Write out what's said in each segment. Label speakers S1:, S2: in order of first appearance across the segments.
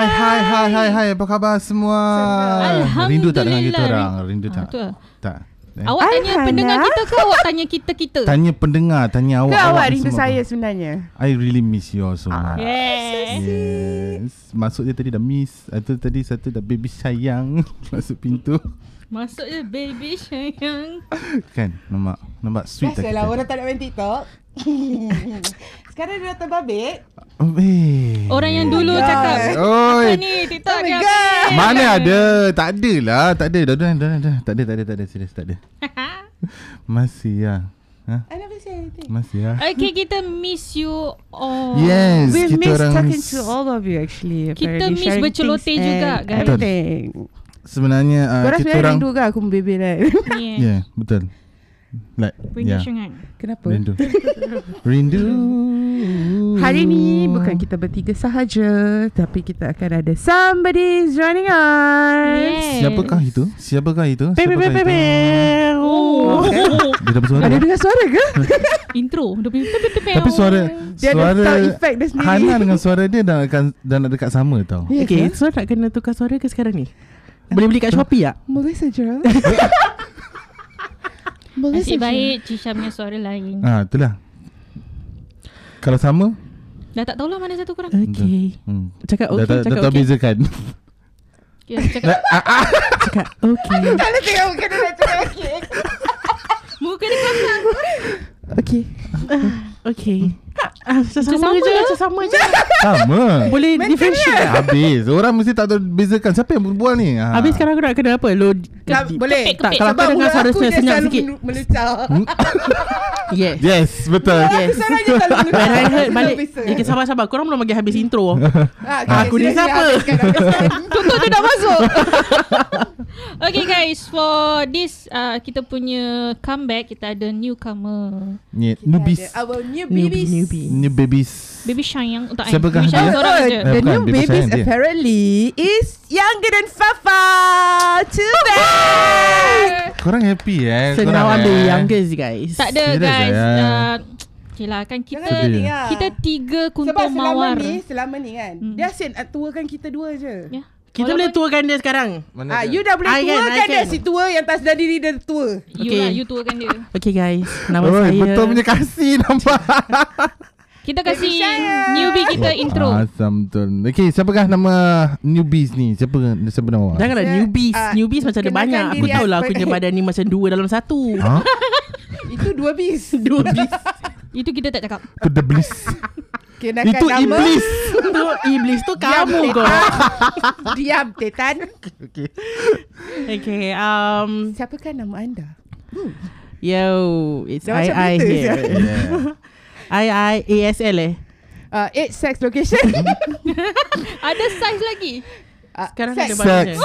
S1: Hai hai hai apa khabar semua?
S2: Alhamdulillah.
S1: Rindu tak dengan kita orang? Rindu
S2: Ah,
S1: tak?
S2: tu lah.
S1: Tak. Eh?
S2: Awak tanya
S3: Alhana.
S2: pendengar kita ke awak tanya kita-kita?
S1: Tanya pendengar, tanya
S3: Ke
S1: awak.
S3: awak
S1: ni
S3: rindu
S1: semua
S3: saya
S1: apa?
S3: sebenarnya?
S1: I really miss you all so much.
S2: Yes.
S1: Yes. Masuk dia tadi dah miss. Itu tadi satu dah baby sayang masuk pintu.
S2: Masuk je baby sayang.
S1: Kan? Nampak nampak sweet kan? tak
S4: Biasalah
S1: kita?
S4: orang tak nak main TikTok. Sekarang dia datang babit.
S1: Oh, eh.
S2: Orang yang dulu cakap
S1: Oi.
S2: apa ni TikTok
S4: Oh my
S2: ni apa
S4: God.
S2: ni?
S1: Mana ada? Tak ada lah. Tak ada. Dah, dah, dah, dah, dah. Tak ada, tak ada, tak ada. Serius, tak ada. Masih lah. Ha?
S4: I never say anything.
S1: Masih lah.
S2: Okay kita miss you all.
S1: Yes,
S3: We've
S1: kita
S3: missed
S1: orang
S3: talking to all of you actually.
S2: Kita
S3: apparently,
S2: miss
S3: sharing
S2: berceloteh
S3: things
S2: juga,
S3: and
S2: guys.
S3: Everything.
S1: sebenarnya uh,
S3: Korang
S1: kita
S3: sebenarnya
S1: orang
S3: rindu ke aku bebe kan?
S1: Ya, yeah, betul. Like,
S2: Rindu
S1: yeah.
S2: sangat.
S3: Kenapa?
S1: Rindu. Rindu.
S3: Hari ni bukan kita bertiga sahaja tapi kita akan ada somebody joining us.
S2: Yes.
S1: Siapakah itu? Siapakah itu?
S3: Bebe
S1: Siapakah
S3: bebe bebe.
S1: itu?
S3: Oh.
S1: Dia dapat suara.
S3: Ada dengar suara ke?
S2: Intro. Dia punya
S1: Tapi suara
S3: Dia ada
S1: suara
S3: sound effect dia sendiri.
S1: Hana dengan suara dia dah akan dah nak dekat sama tau.
S3: Ya
S5: Okay,
S3: ke?
S5: so nak kena tukar suara ke sekarang ni? Boleh beli kat Shopee tak?
S3: Boleh saja. Boleh
S2: Nasib
S3: saja.
S2: baik Cisha punya suara lain.
S1: Ah, itulah. Kalau sama,
S2: Dah tak tahulah mana satu kurang.
S5: Okay.
S1: hmm.
S5: Cakap
S1: dah,
S5: okay,
S1: dah, dah
S5: cakap Ah,
S1: tahu
S5: okay.
S1: bezakan.
S2: Ya,
S1: Lah.
S2: cakap
S5: Cakap okay.
S4: Tak boleh tengok muka dia nak cakap okey.
S2: muka dia kosong.
S3: Okay.
S5: okay. Ah, macam sama,
S2: sama
S5: je,
S2: lah.
S5: macam sama je.
S1: sama.
S5: Boleh differentiate.
S1: Habis. Orang mesti tak tahu bezakan siapa yang berbual ni. Ha.
S5: Habis sekarang aku nak kena apa? Lo
S3: Tak, boleh.
S5: tak kalau
S4: Sebab
S5: aku dengar
S4: mulut
S5: suara
S4: aku
S5: saya
S4: dia
S5: senyap
S4: selalu
S5: sikit.
S4: melu- melucah.
S5: Yes.
S1: Hmm. Yes, betul.
S4: Aku
S5: Yes.
S4: seorang je selalu melucah.
S5: When I heard
S4: Aku
S5: balik
S4: tak bisa.
S5: Eh okay, sabar-sabar Korang belum bagi habis intro
S4: Ah, okay,
S5: Aku ni
S4: sila- sila
S5: siapa?
S4: habiskan, habiskan.
S2: Tutup tu dah masuk. okay guys, for this uh, kita punya comeback kita ada newcomer.
S1: Yeah.
S4: Kita
S1: Newbies.
S4: ada Our new
S5: Newbie
S4: babies.
S5: Newbie
S1: New babies.
S2: Baby Sayang tak
S1: Siapakah
S2: Baby Sayang
S1: dia?
S2: seorang je.
S1: Eh,
S3: The
S1: bukan,
S3: new
S1: baby
S3: babies
S1: sayang dia.
S3: apparently is younger than Fafa. Too bad.
S1: Korang happy eh
S5: So
S1: korang,
S5: now I'm
S1: eh.
S5: the youngest guys
S2: Tak ada
S1: Serious
S2: guys.
S1: eh?
S2: Uh, okay lah kan kita
S4: Jangan sedih lah.
S2: kita tiga
S4: Sebab
S2: kuntum
S4: selama
S2: mawar.
S4: ni, selama ni kan, dia asyik nak tuakan kita dua je.
S2: Ya.
S5: Kita boleh tuakan dia sekarang
S1: Mana
S4: Ah,
S1: dia?
S4: you dah boleh
S5: I can,
S4: tua
S5: I
S4: kan dia
S5: can.
S4: si tua yang tak sedar diri dia tua.
S2: You
S5: Okay.
S2: lah, you tuakan dia.
S5: Okay guys Nama
S1: Oi,
S5: saya
S1: Betul punya kasih nampak
S2: Kita kasih
S4: lah.
S2: newbie kita intro.
S1: Awesome Oh, betul Okay siapakah nama newbies ni Siapa siapa nama awak
S5: Janganlah
S4: Saya,
S5: newbies
S4: ah,
S5: Newbies macam ada
S4: kenakan
S5: banyak Aku
S4: diri
S5: tahu lah
S4: aku.
S5: Aku punya badan ni macam dua dalam satu
S1: Ha?
S4: Itu dua bis.
S5: Dua bis
S2: Itu kita tak cakap.
S1: Itu the bliss
S4: Kenakan
S1: Itu
S4: nama.
S1: iblis
S5: Tu iblis tu kamu kau
S4: Diam, Tetan.
S1: okay.
S5: Okay um,
S4: Siapakah nama anda?
S5: Yo It's
S4: Dah
S5: I
S4: macam
S5: I
S4: berita
S5: here
S4: sial.
S1: yeah.
S5: I I ASL eh
S4: Uh, age, sex, location.
S2: Ada size lagi.
S4: uh,
S5: Sekarang ada
S4: sex.
S1: Sex
S5: banyak
S1: Sex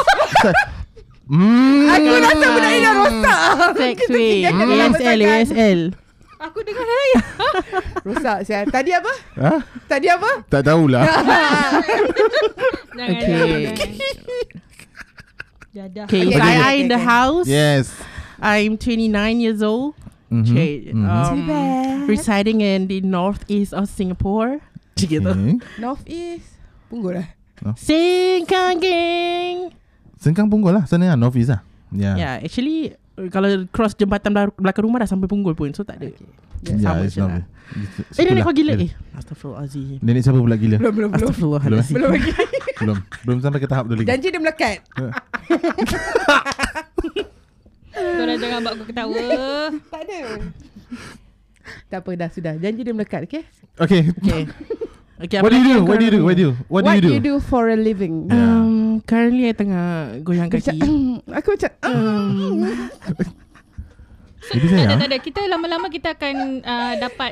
S1: Hmm.
S4: Aku rasa benda ni dah rosak.
S5: Sex
S4: Kita
S5: weh
S4: tinggalkan kan? dalam
S5: ASL
S4: pesakan.
S5: ASL
S2: Aku dengar saya.
S4: Rosak saya. Tadi apa?
S1: ha?
S4: Tadi apa?
S1: Tak tahulah
S2: Jangan,
S5: Okay.
S2: jangan, jangan. Dadah.
S5: Okay,
S4: Okay,
S5: okay,
S4: okay,
S5: I, I
S4: okay,
S5: in the
S4: okay.
S5: house.
S1: Yes
S5: I'm 29 years old.
S1: Mhm,
S5: Okay,
S1: mhm.
S5: um, residing in the northeast of Singapore. Together.
S1: Mm-hmm. Okay.
S4: North East. Punggol lah.
S5: Singkanging.
S1: Sengkang punggol lah Sana lah North East lah Yeah,
S5: Yeah, Ya, actually uh, kalau cross jembatan bela- belakang rumah dah sampai Punggol pun. So tak ada.
S2: Eh,
S1: Ya,
S5: sama
S1: it's
S5: je
S1: North
S5: lah.
S1: East. It's-
S5: Eh,
S1: itulah.
S5: nenek kau gila. Eh, astagfirullahalazim.
S1: Nenek siapa pula gila
S4: Belum, belum, belum.
S1: Belum.
S5: Astagfirullahalazim.
S4: Belum lagi.
S1: Belum Belum sampai ke tahap Eh, tu lagi
S4: Janji dia melekat.
S2: Korang jangan buat aku ketawa.
S4: Tak ada. tak apa dah sudah. Janji dia melekat, okay?
S1: Okay
S5: Okay. Okay,
S1: What do you
S5: apa
S1: do?
S5: lagi yang
S1: What do you do?
S5: korang
S1: What do you do? What do Ah. you do?
S4: for a living?
S1: Yeah.
S5: Um, currently I tengah goyang
S4: Macam,
S5: kaki.
S4: aku macam, ah.
S2: "Hmm."
S5: Um,
S1: Baby
S2: tak ada,
S1: sayang
S2: tak ada. Kita lama-lama kita akan uh, dapat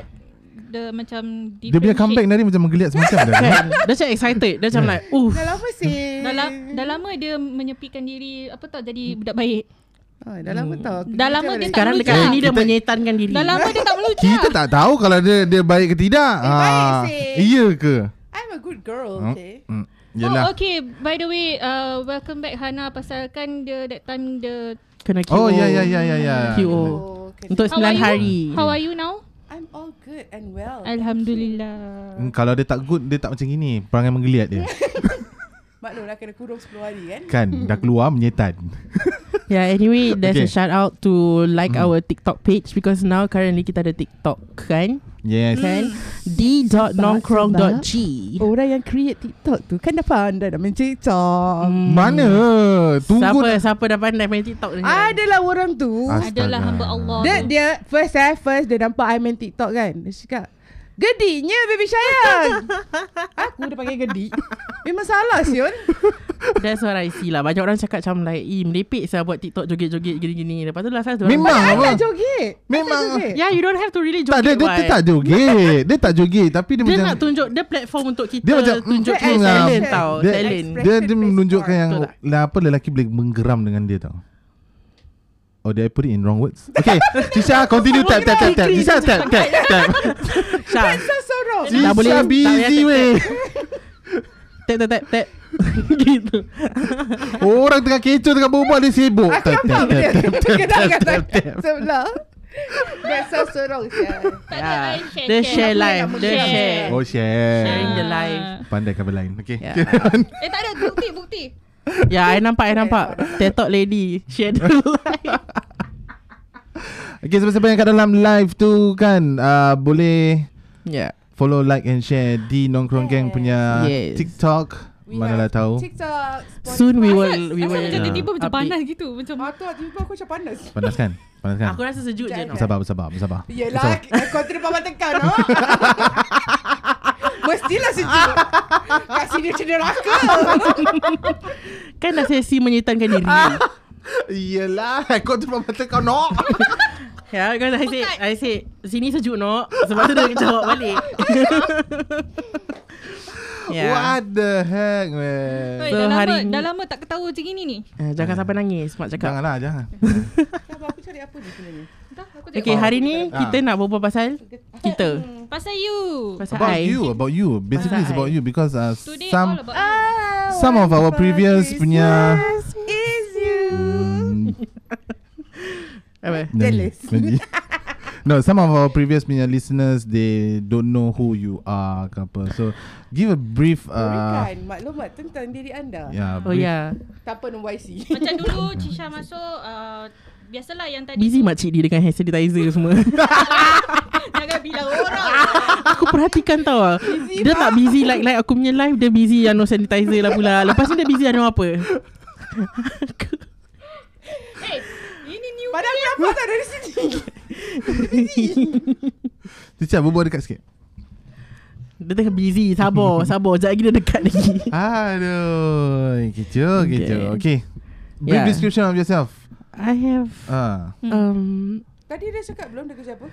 S2: the macam
S1: Dia punya comeback tadi macam menggeliat semacam dah.
S5: kan, dia macam excited. Dia macam like, uff.
S4: dah lama sih.
S2: Dah, la- dah lama dia menyepikan diri apa tau jadi budak baik.
S4: Oh, dah lama
S1: Hmm.
S4: tau.
S2: Dah lama dia tak
S5: Sekarang dekat
S2: melucap.
S5: sini dia
S1: Kita-
S5: menyetankan diri.
S2: Dah lama dia tak melucap.
S1: Kita tak tahu kalau dia dia baik ke tidak. Ah,
S4: Eh, baik, sis.
S1: iya ke?
S4: I'm a good girl,
S1: Hmm.
S4: okay?
S1: Hmm.
S2: Oh
S1: Yalah.
S2: okay By the way uh, Welcome back Hana Pasal kan dia That time dia
S5: Kena
S1: Oh,
S5: QO.
S1: ya ya ya ya ya.
S5: QO.
S4: okay.
S5: Untuk
S2: How
S5: 9
S2: are you?
S5: hari.
S2: How are you now?
S4: I'm all good and well.
S2: Alhamdulillah
S1: Hmm, Kalau dia tak good dia tak macam gini. Perangai menggeliat dia.
S4: Maklum lah kena kurung 10 hari kan
S1: Kan dah keluar menyetan
S5: Yeah, anyway, there's
S1: Okay. Hmm.
S5: a shout out to like our TikTok page because now currently kita ada TikTok kan?
S1: Yes
S5: Kan? D.nongkrong.g.
S1: Oh.
S4: Orang yang create TikTok tu Kan dah pandai nak main TikTok
S5: Hmm.
S1: Mana
S5: Siapa
S1: Tunggu
S5: siapa dah pandai main TikTok ni?
S4: Adalah orang tu
S1: Ah,
S2: Adalah
S1: Astaga.
S2: hamba Allah.
S4: Dia dia first eh first dia nampak I main TikTok kan. Dia cakap Gedinya baby sayang Aku dah panggil gedi Memang salah Sion
S5: That's what I see lah. Banyak orang cakap macam like, "Eh, merepek saya buat TikTok joget-joget gini-gini." Lepas tu last last dia
S1: Memang
S5: orang-
S4: I
S1: apa
S4: tak joget I tak
S1: Memang.
S4: joget.
S5: Yeah, you don't have to really
S1: Tak
S5: joget.
S1: dia, dia, dia tak joget Dia tak joget Tapi dia,
S5: Dia
S1: macam
S5: nak tunjuk dia platform untuk kita
S1: Dia macam,
S5: tunjuk
S1: mm, mm,
S5: talent
S1: mm,
S5: tau,
S1: dia-
S5: talent.
S1: Dia, dia
S4: Expression based
S1: menunjukkan
S4: art.
S1: yang
S5: Betul
S1: lah, Apa lelaki boleh menggeram dengan dia tau Oh did I put it in wrong words Okay Shisha continue tap tap tap tap Shisha tap tap tap
S5: Syah.
S4: Kau sorok
S5: Tak boleh,
S1: Shisha
S5: tak payah
S1: busy
S5: tap,
S1: weh
S5: Tap tap tap tap. gitu.
S1: Orang tengah kecoh tengah berbual dia sibuk
S4: Aku
S1: Tap tap
S4: nampak benda
S1: tap tap tap
S4: Kena
S1: tap
S4: kata
S1: tap tap
S4: Sebelah Biasa sorok Sion
S2: tak ada
S5: Yeah.
S2: I share.
S5: Dia share
S4: Nak
S5: live,
S4: boleh
S5: dia
S2: nak
S5: share.
S1: Oh
S5: Sharing
S1: share
S5: the live.
S1: Pandai cover lain Okay
S5: Yeah.
S2: Ah. Eh tak ada bukti bukti.
S5: Ya, I nampak, I nampak. TikTok lady share the live.
S1: Okay siapa-siapa yang kat dalam live tu kan uh, Boleh
S5: Yeah.
S1: Follow, like and share Di Nongkrong Gang punya
S5: Yes.
S1: TikTok
S4: We
S1: Manalah
S4: have
S1: tahu
S4: TikTok Spotify.
S5: Soon we will
S2: Asal
S5: we
S1: uh,
S2: asal
S5: will. uh,
S2: macam tiba-tiba macam
S5: update.
S2: panas gitu macam
S4: Ah tu tiba aku macam panas
S1: Panas kan? Panas kan?
S5: Aku rasa sejuk je. Noh.
S1: Bersabar, bersabar, bersabar
S4: Yelah Kau terima mata kau no? Mestilah sejuk Kat sini macam neraka
S5: Kan dah sesi menyitankan diri.
S1: Yelah Kau terima mata kau no
S5: ya, because I said, I said, sini sejuk no. Sebab tu dia jawab balik. Ya. yeah.
S1: What the heck man
S2: Oi,
S5: So,
S2: dah lama
S5: hari ni-
S2: dah lama tak ketawa macam ini ni.
S5: Eh, jangan sampai nangis Mak cakap
S1: Janganlah jangan
S4: Abang, Aku cari apa ni sebenarnya
S2: Entah aku tak
S5: Okay hari ni
S1: Ah.
S5: Kita nak berbual pasal Kita
S2: pasal you.
S5: Pasal
S1: About
S5: I
S1: you About you Basically it's
S5: Pasal
S1: about you Because uh,
S2: Today
S1: some
S2: all about
S4: Oh,
S2: you.
S1: Some of our previous punya
S4: Is you
S1: Hmm,
S5: Apa?
S1: nyanyi, nyanyi. No, some of our previous punya listeners they don't know who you are ke apa. So give a brief uh,
S4: Berikan maklumat tentang diri anda
S1: yeah,
S5: Oh
S1: brief-
S5: ya
S4: Tanpa NYC
S2: Macam dulu Cisha masuk uh, biasalah yang
S5: yeah.
S2: tadi
S5: Busy makcik dia Dengan hand sanitizer semua
S2: jangan bilang orang.
S5: Aku perhatikan tau ah. Dia tak busy like like Aku punya live Dia busy yang no sanitizer lah pula Lepas ni dia busy yang no apa
S2: Eh, ini new.
S4: Padahal aku nampak tak dari sini
S1: Cica berbual dekat sikit.
S5: Dia tengah busy Sabar Sabar Sekejap lagi dia dekat lagi
S1: Aduh, kecoh, kecoh. Okay. Brief
S5: Yeah.
S1: description of yourself.
S5: I have
S1: Ah.
S5: um,
S4: Tadi dia cakap belum dia kerja apa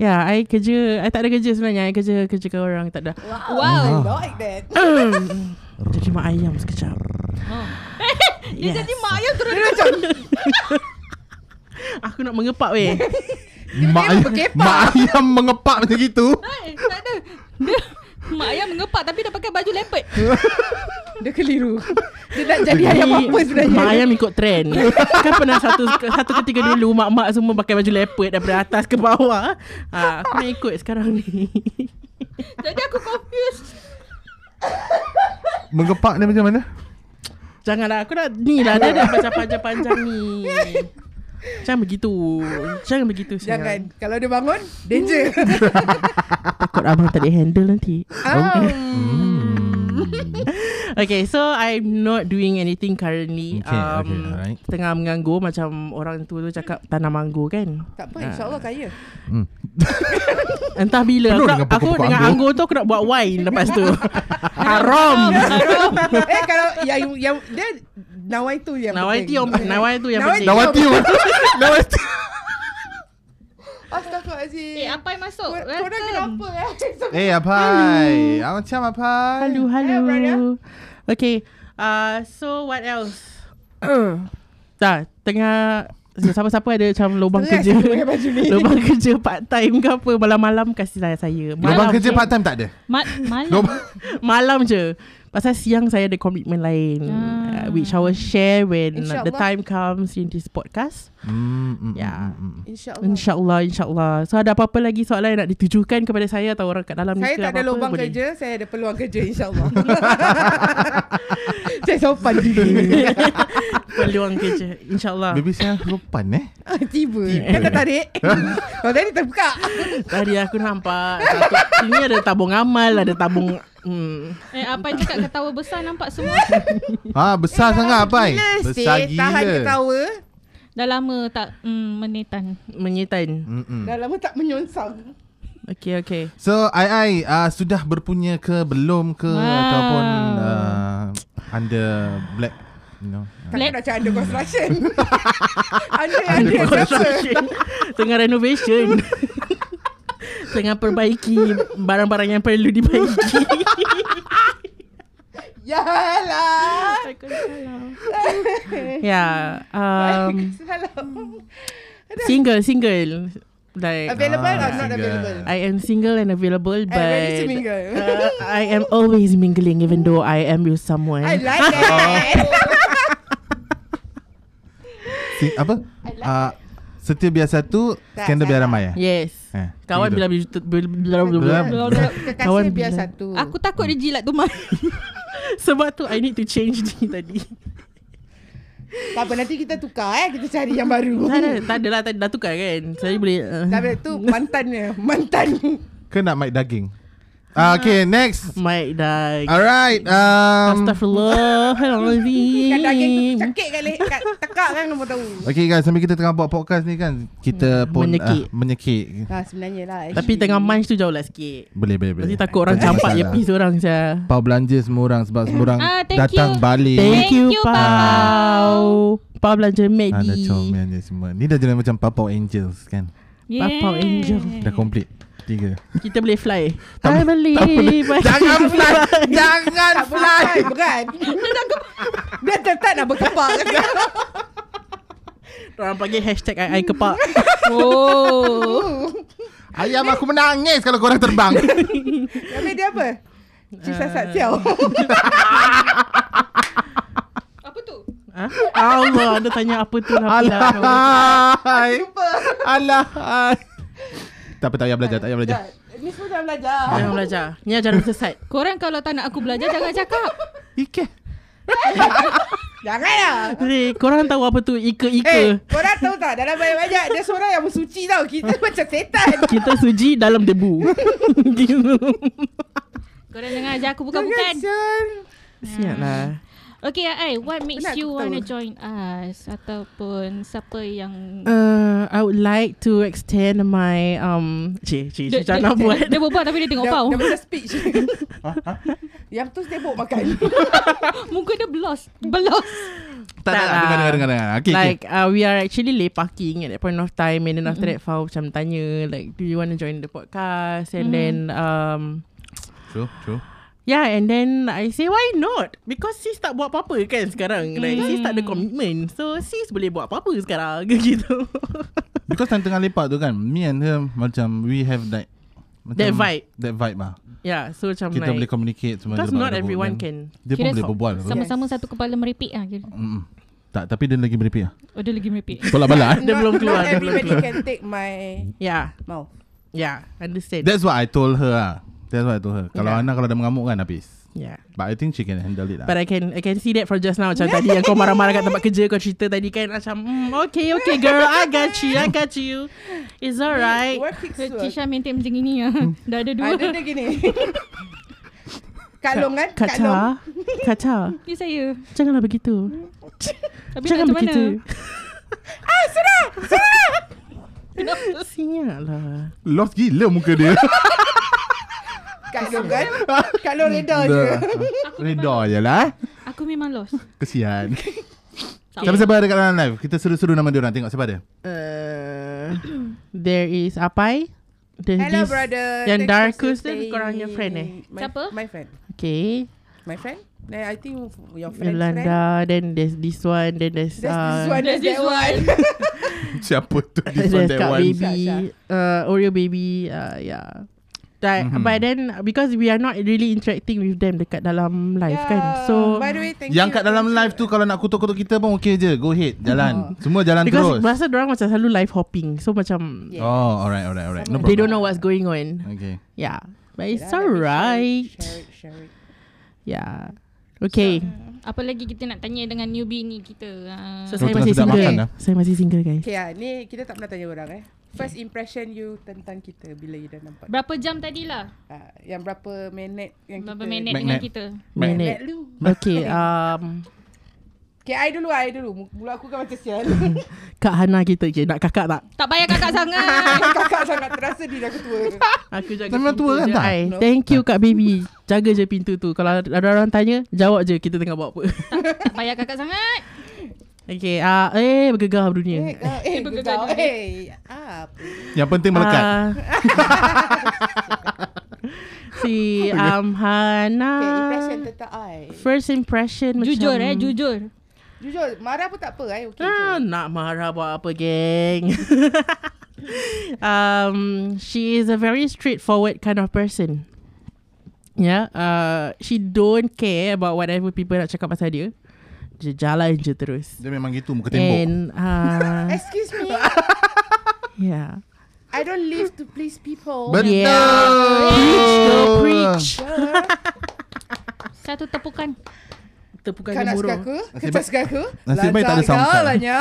S5: Ya, yeah, I kerja I tak ada kerja sebenarnya I kerja kerja kat orang Tak ada
S2: Wow.
S4: I
S1: Ah.
S4: like that
S5: Jadi mak ayam sekejap
S2: Oh. Dia
S5: Yes.
S2: jadi mak ayam terus
S5: Aku nak mengepak weh
S1: Mak ayam, mak ayam mengepak macam gitu.
S2: Eh, tak ada. Dia mak ayam mengepak tapi dia pakai baju leopard.
S4: Dia keliru Dia nak jadi ayam apa sebenarnya
S5: Mak ayam ikut trend Kan pernah satu satu ketika dulu Mak-mak semua pakai baju leopard Daripada atas ke bawah ha, Aku nak ikut sekarang ni
S2: Jadi aku confused.
S1: Mengepak dia macam mana?
S5: Janganlah Aku nak ni lah Dia dah macam panjang-panjang ni Jangan begitu Jangan begitu sayang.
S4: Jangan Kalau dia bangun Danger
S5: Takut abang tak handle nanti
S1: Hmm.
S5: Okay so I'm not doing anything currently Um,
S1: Okay, okay, alright.
S5: Tengah menganggur Macam orang tua tu cakap Tanam anggur kan
S4: Tak apa insyaAllah kaya
S1: Hmm.
S5: Entah bila
S1: Penuh dengan
S5: Aku, nak, aku
S1: pokok-pokok
S5: dengan
S1: anggur.
S5: anggur tu Aku nak buat wine lepas tu Haram
S4: Eh kalau yang, yang Dia Nawai tu yang
S5: Nawai
S4: penting.
S5: tu yang Nawai tu yang
S4: Nawai
S5: penting
S4: tu-
S1: Nawati. Nawati.
S4: Astagfirullahaladzim
S2: Eh, apa yang masuk?
S4: Kor- Korang
S2: Welcome.
S4: kenapa eh
S1: Eh, apai. Ah, Macam apai.
S5: Hello hello
S4: brother.
S5: Okay uh, So what else Eh, Dah Tengah Siapa-siapa ada macam lubang
S4: Stress
S5: kerja
S4: aku pakai baju ni.
S5: Lubang kerja part time ke apa Malam-malam kasihlah saya
S1: Lubang kerja
S5: je.
S1: part time tak ada.
S2: Ma- malam.
S1: Lubang
S5: Malam je Pasal siang saya ada komitmen lain
S2: Ah.
S5: uh, Which I will share when
S4: InsyaAllah.
S5: the time comes in this podcast
S1: Hmm, hmm,
S5: Ya.
S1: hmm, hmm.
S4: InsyaAllah Insya
S5: InsyaAllah, insyaAllah So ada apa-apa lagi soalan yang nak ditujukan kepada saya Atau orang kat dalam ni
S4: Saya
S5: ke,
S4: tak ada
S5: apa-apa,
S4: lubang
S5: boleh.
S4: kerja Saya ada peluang kerja insyaAllah Saya sopan diri
S5: Peluang kerja, insyaAllah
S1: Baby saya sopan eh
S4: Ah, Tiba Kau tak tarik Kau tadi terbuka
S5: Tadi aku nampak satu, Ini ada tabung amal, ada tabung hmm,
S2: Eh, apa cakap ketawa besar nampak semua.
S1: Ah besar sangat apai Besar
S4: Seh,
S1: gila
S4: Tahan ketawa
S2: Dah lama tak mm, menitan.
S5: Menyitan
S1: Mm-mm.
S4: Dah lama tak menyonsang
S5: Okay, okay
S1: So Ai Ai uh, Sudah berpunya ke Belum ke
S2: Wow.
S1: Ataupun uh, Under Black You know
S4: Kakak
S2: Let-
S4: nak cakap under construction Under
S5: Under
S4: under siapa?
S5: construction Tengah renovation Tengah perbaiki Barang-barang yang perlu dibaiki
S4: Ya Yalah
S5: Ya yeah, um,
S4: Salah
S5: Single Single Like
S4: Available or
S1: Ah,
S4: not
S1: single.
S4: available
S5: I am single and available But
S4: ready to mingle.
S5: uh, I am always mingling Even though I am with someone
S4: I like that
S1: si, Apa uh, Setia biasa tu
S4: Tak,
S1: Skandal biar
S4: salah.
S1: ramai eh?
S5: Yes
S1: eh
S5: Kawan bila
S1: begitu.
S5: bila bila- bila bila
S2: Belum, belum.
S5: Kawan
S4: Kekasih biar
S5: bilang.
S4: satu
S2: Aku takut dia jilat tu mai.
S5: Sebab tu I need to change ni tadi
S4: Tak apa nanti kita tukar eh Kita cari yang baru
S5: Tak ada Tak ada lah tak- Dah tukar
S1: Ya.
S5: kan Saya boleh uh,
S4: Tak boleh tu mantannya Mantan
S1: Ke nak mic daging uh,
S4: Ah.
S1: Okay next
S5: Mic dah
S1: Alright um,
S5: Astaghfirullahaladzim
S4: Kan daging tu cakik kat, le- kat tekak kan nombor tahu
S1: Okay guys Sambil kita tengah buat podcast ni kan Kita pun
S5: Hmm. Menyekik.
S1: ah, Menyekik
S4: Ha sebenarnya lah actually.
S5: Tapi tengah munch tu jauh lah sikit
S1: Boleh boleh lah. boleh
S5: Nanti takut orang campak
S1: masalah.
S5: earpiece orang saya
S1: Pau belanja semua orang Sebab semua orang
S2: Ah, thank
S1: Datang
S2: you.
S1: balik
S5: Thank you
S2: you,
S5: Pau Pau belanja
S1: Ada
S5: Maggi
S1: comelnya semua Ah, Ni dah jadi macam Papau Angels kan
S5: Papau Angel.
S1: Dah complete Tiga
S5: Kita boleh fly
S1: Tak
S5: I
S1: boleh-
S5: believe I
S1: Jangan fly Jangan
S4: tak fly Berat Dia tetap nak berkepak
S5: Orang panggil hashtag I, I kepak
S2: Oh.
S1: Ayam aku menangis Kalau korang terbang
S4: Tapi dia apa? Cik sasat siau
S5: Ah.
S2: Apa tu?
S5: ha? Allah Anda tanya apa tu lah pula.
S1: Alahai Alahai Tak apa tak payah belajar Tak payah belajar
S4: Ni semua dah belajar
S5: Jangan belajar Ni ajaran sesat
S2: Korang kalau tak nak aku belajar jangan cakap.
S1: Ike
S4: Jangan lah
S5: Jadi, Korang tahu apa tu
S4: Eh,
S5: Ika-ika
S4: korang tahu tak dalam banyak-banyak Dia seorang yang bersuci tau Kita macam setan
S5: Kita suji dalam debu Gitu
S2: Korang jangan ajar aku bukan-bukan.
S4: Sial.
S5: Siap lah
S2: Okay, Ai, what makes
S4: Penat
S2: you
S4: aku
S2: wanna
S4: ketawa.
S2: join us ataupun siapa yang
S5: Uh, I would like to extend my um. Cik, cik, cik, tak nak buat.
S2: Dia berbual tapi dia tengok
S4: Dia-
S2: pau.
S4: Dia macam speech Yang tu sibuk makan
S2: Muka dia belos. Belos.
S1: Tak tak
S5: lah.
S1: Dengar dengar dengar, dengar Okay okay
S5: like uh, we are actually lay parking at that point of time, and then after that, Fau macam tanya like, do you want to join the podcast? And then um,
S1: True true
S5: yeah, and then I say why not? Because sis tak buat apa-apa kan sekarang. Like sis tak ada commitment, so sis boleh buat apa-apa sekarang gitu.
S1: Because time tengah lepak tu kan Me and her Macam we have that macam
S5: That vibe.
S1: That vibe lah
S5: yeah, so macam
S1: Kita
S5: like,
S1: boleh communicate semua
S5: because
S1: dia
S5: not
S1: dapat
S5: everyone
S1: kan.
S5: can.
S1: Dia pun
S2: Kira
S1: boleh
S2: so-
S1: berbual
S2: Sama-sama satu kepala meripik ah. kira.
S1: Mm-mm. Tak tapi dia lagi meripik lah
S2: Oh, dia lagi meripik.
S1: Tolak balak eh
S5: Dia
S4: Not-
S5: belum keluar,
S4: Not
S5: dia belum
S4: everybody
S5: keluar.
S4: can take my
S5: Yeah,
S4: mouth
S5: yeah, understand.
S1: That's what I told her lah That's what I told her Kalau
S5: Yeah.
S1: Ana kalau dah mengamuk kan habis
S5: yeah.
S1: But I think she can handle it lah
S5: Ya. But I can I can see that from just now Macam tadi yang kau marah-marah kat tempat kerja Kau cerita tadi kan Macam mm, Okay okay girl I got you I got you It's alright
S4: Work fix work
S2: Cisha maintain macam gini ah.
S5: Hmm.
S2: Dah ada dua.
S4: Ada dia gini Kat Long kan Kat Long
S5: Kata Kata
S2: Ni saya.
S5: Janganlah begitu
S2: Tapi nak
S5: Jangan
S2: macam mana?
S5: begitu
S4: Ah sudah Sudah
S5: Sial lah
S1: Lost gila muka dia
S4: Kat Long kan Kat Long
S5: Oh,
S4: reda je
S5: ya.
S1: Dah. Reda je lah eh.
S2: Aku memang lost.
S1: Kesian
S2: Sama.
S1: Siapa-siapa ada kat dalam live Kita suruh-suruh nama dia orang Tengok siapa ada
S5: uh, There is Apai There's
S4: Hello
S5: this-
S4: brother
S5: Yang
S4: Thanks for
S5: Darkus tu
S4: staying.
S5: Korang punya friend eh
S4: my,
S2: Siapa?
S4: My friend
S5: Okay
S4: My friend Then I think Your friend friend
S5: Yolanda Then there's this one Then there's
S4: There's this
S5: uh,
S4: one
S2: There's this
S4: There's that one
S1: Siapa tu
S5: There's Kat
S4: one. ah.
S5: Baby uh, Oreo Baby uh, Yeah Like,
S1: Mhm.
S5: mm-hmm. But then Because we are not really interacting with them Dekat dalam live yeah. kan So
S4: By the way thank
S1: Yang
S4: you
S1: kat dalam live tu Kalau nak kutuk-kutuk kita pun Okay je Go ahead Jalan Semua jalan
S5: Oh. Because
S1: terus
S5: masa orang macam Selalu live hopping So macam
S4: Yeah.
S5: yeah.
S1: Oh alright alright alright No
S5: They
S1: problem
S5: don't know what's going on
S1: Okay
S5: Yeah But it's
S4: Dah, let me
S5: alright
S4: Share it, share it, share it.
S5: Yeah Okay
S2: Apa lagi kita nak tanya dengan newbie ni kita? Ah.
S5: So,
S1: Kau
S5: so
S1: tengah
S5: saya masih
S1: sedap
S5: single
S1: makan dah.
S5: Saya masih single guys
S4: Okay lah Ni kita tak pernah tanya orang eh First impression you Tentang kita Bila you dah nampak
S2: Berapa jam tadi lah?
S4: Ah, Yang berapa minit yang
S2: Berapa
S4: kita
S2: minit
S1: Magnet.
S2: dengan kita?
S5: Minute.
S4: Minit lu
S5: Okay um,
S4: Okay I dulu I dulu Mula aku kan macam sial
S5: Kak Hana kita okay, Nak kakak tak
S2: Tak payah kakak sangat.
S4: Kan Kakak sangat terasa diri aku tua
S5: Aku jaga
S1: Memang tua kan
S5: je,
S1: tak?
S5: ai.
S4: No.
S5: Thank you Kak Baby Jaga je pintu tu Kalau ada orang tanya Jawab je kita tengah buat apa
S2: tak payah kakak sangat.
S5: Okay uh, Eh
S4: Eh,
S5: bergegar dunia
S4: kau- eh,
S2: Bergegar
S4: kau-
S2: dunia.
S4: eh, apa?
S1: Yang penting melekat
S5: Ah. si um, Hana
S4: Okay, impression tentang I.
S5: First impression
S2: Jujur
S5: macam,
S2: eh, jujur.
S4: Jujur, marah pun tak apa. I okay
S5: Ah,
S4: je.
S5: nak marah buat apa, geng? um, she is a very straightforward kind of person. Yeah, uh, she don't care about whatever people nak cakap pasal dia. Dia jalan je terus.
S1: Dia memang gitu Muka tembok
S5: And uh, ya.
S4: Excuse me,
S5: yeah.
S4: I don't live to please people.
S1: Betul
S5: Yeah. Preach, girl, preach.
S2: Satu tepukan.
S5: Tepukan
S4: Kau nak suka
S5: gemuruh.
S4: aku? Kau
S1: Nasib
S4: tak
S1: baik-
S4: suka aku?
S1: nasib baik tak ada
S4: Lancar kau,
S1: sound.
S4: Lanya.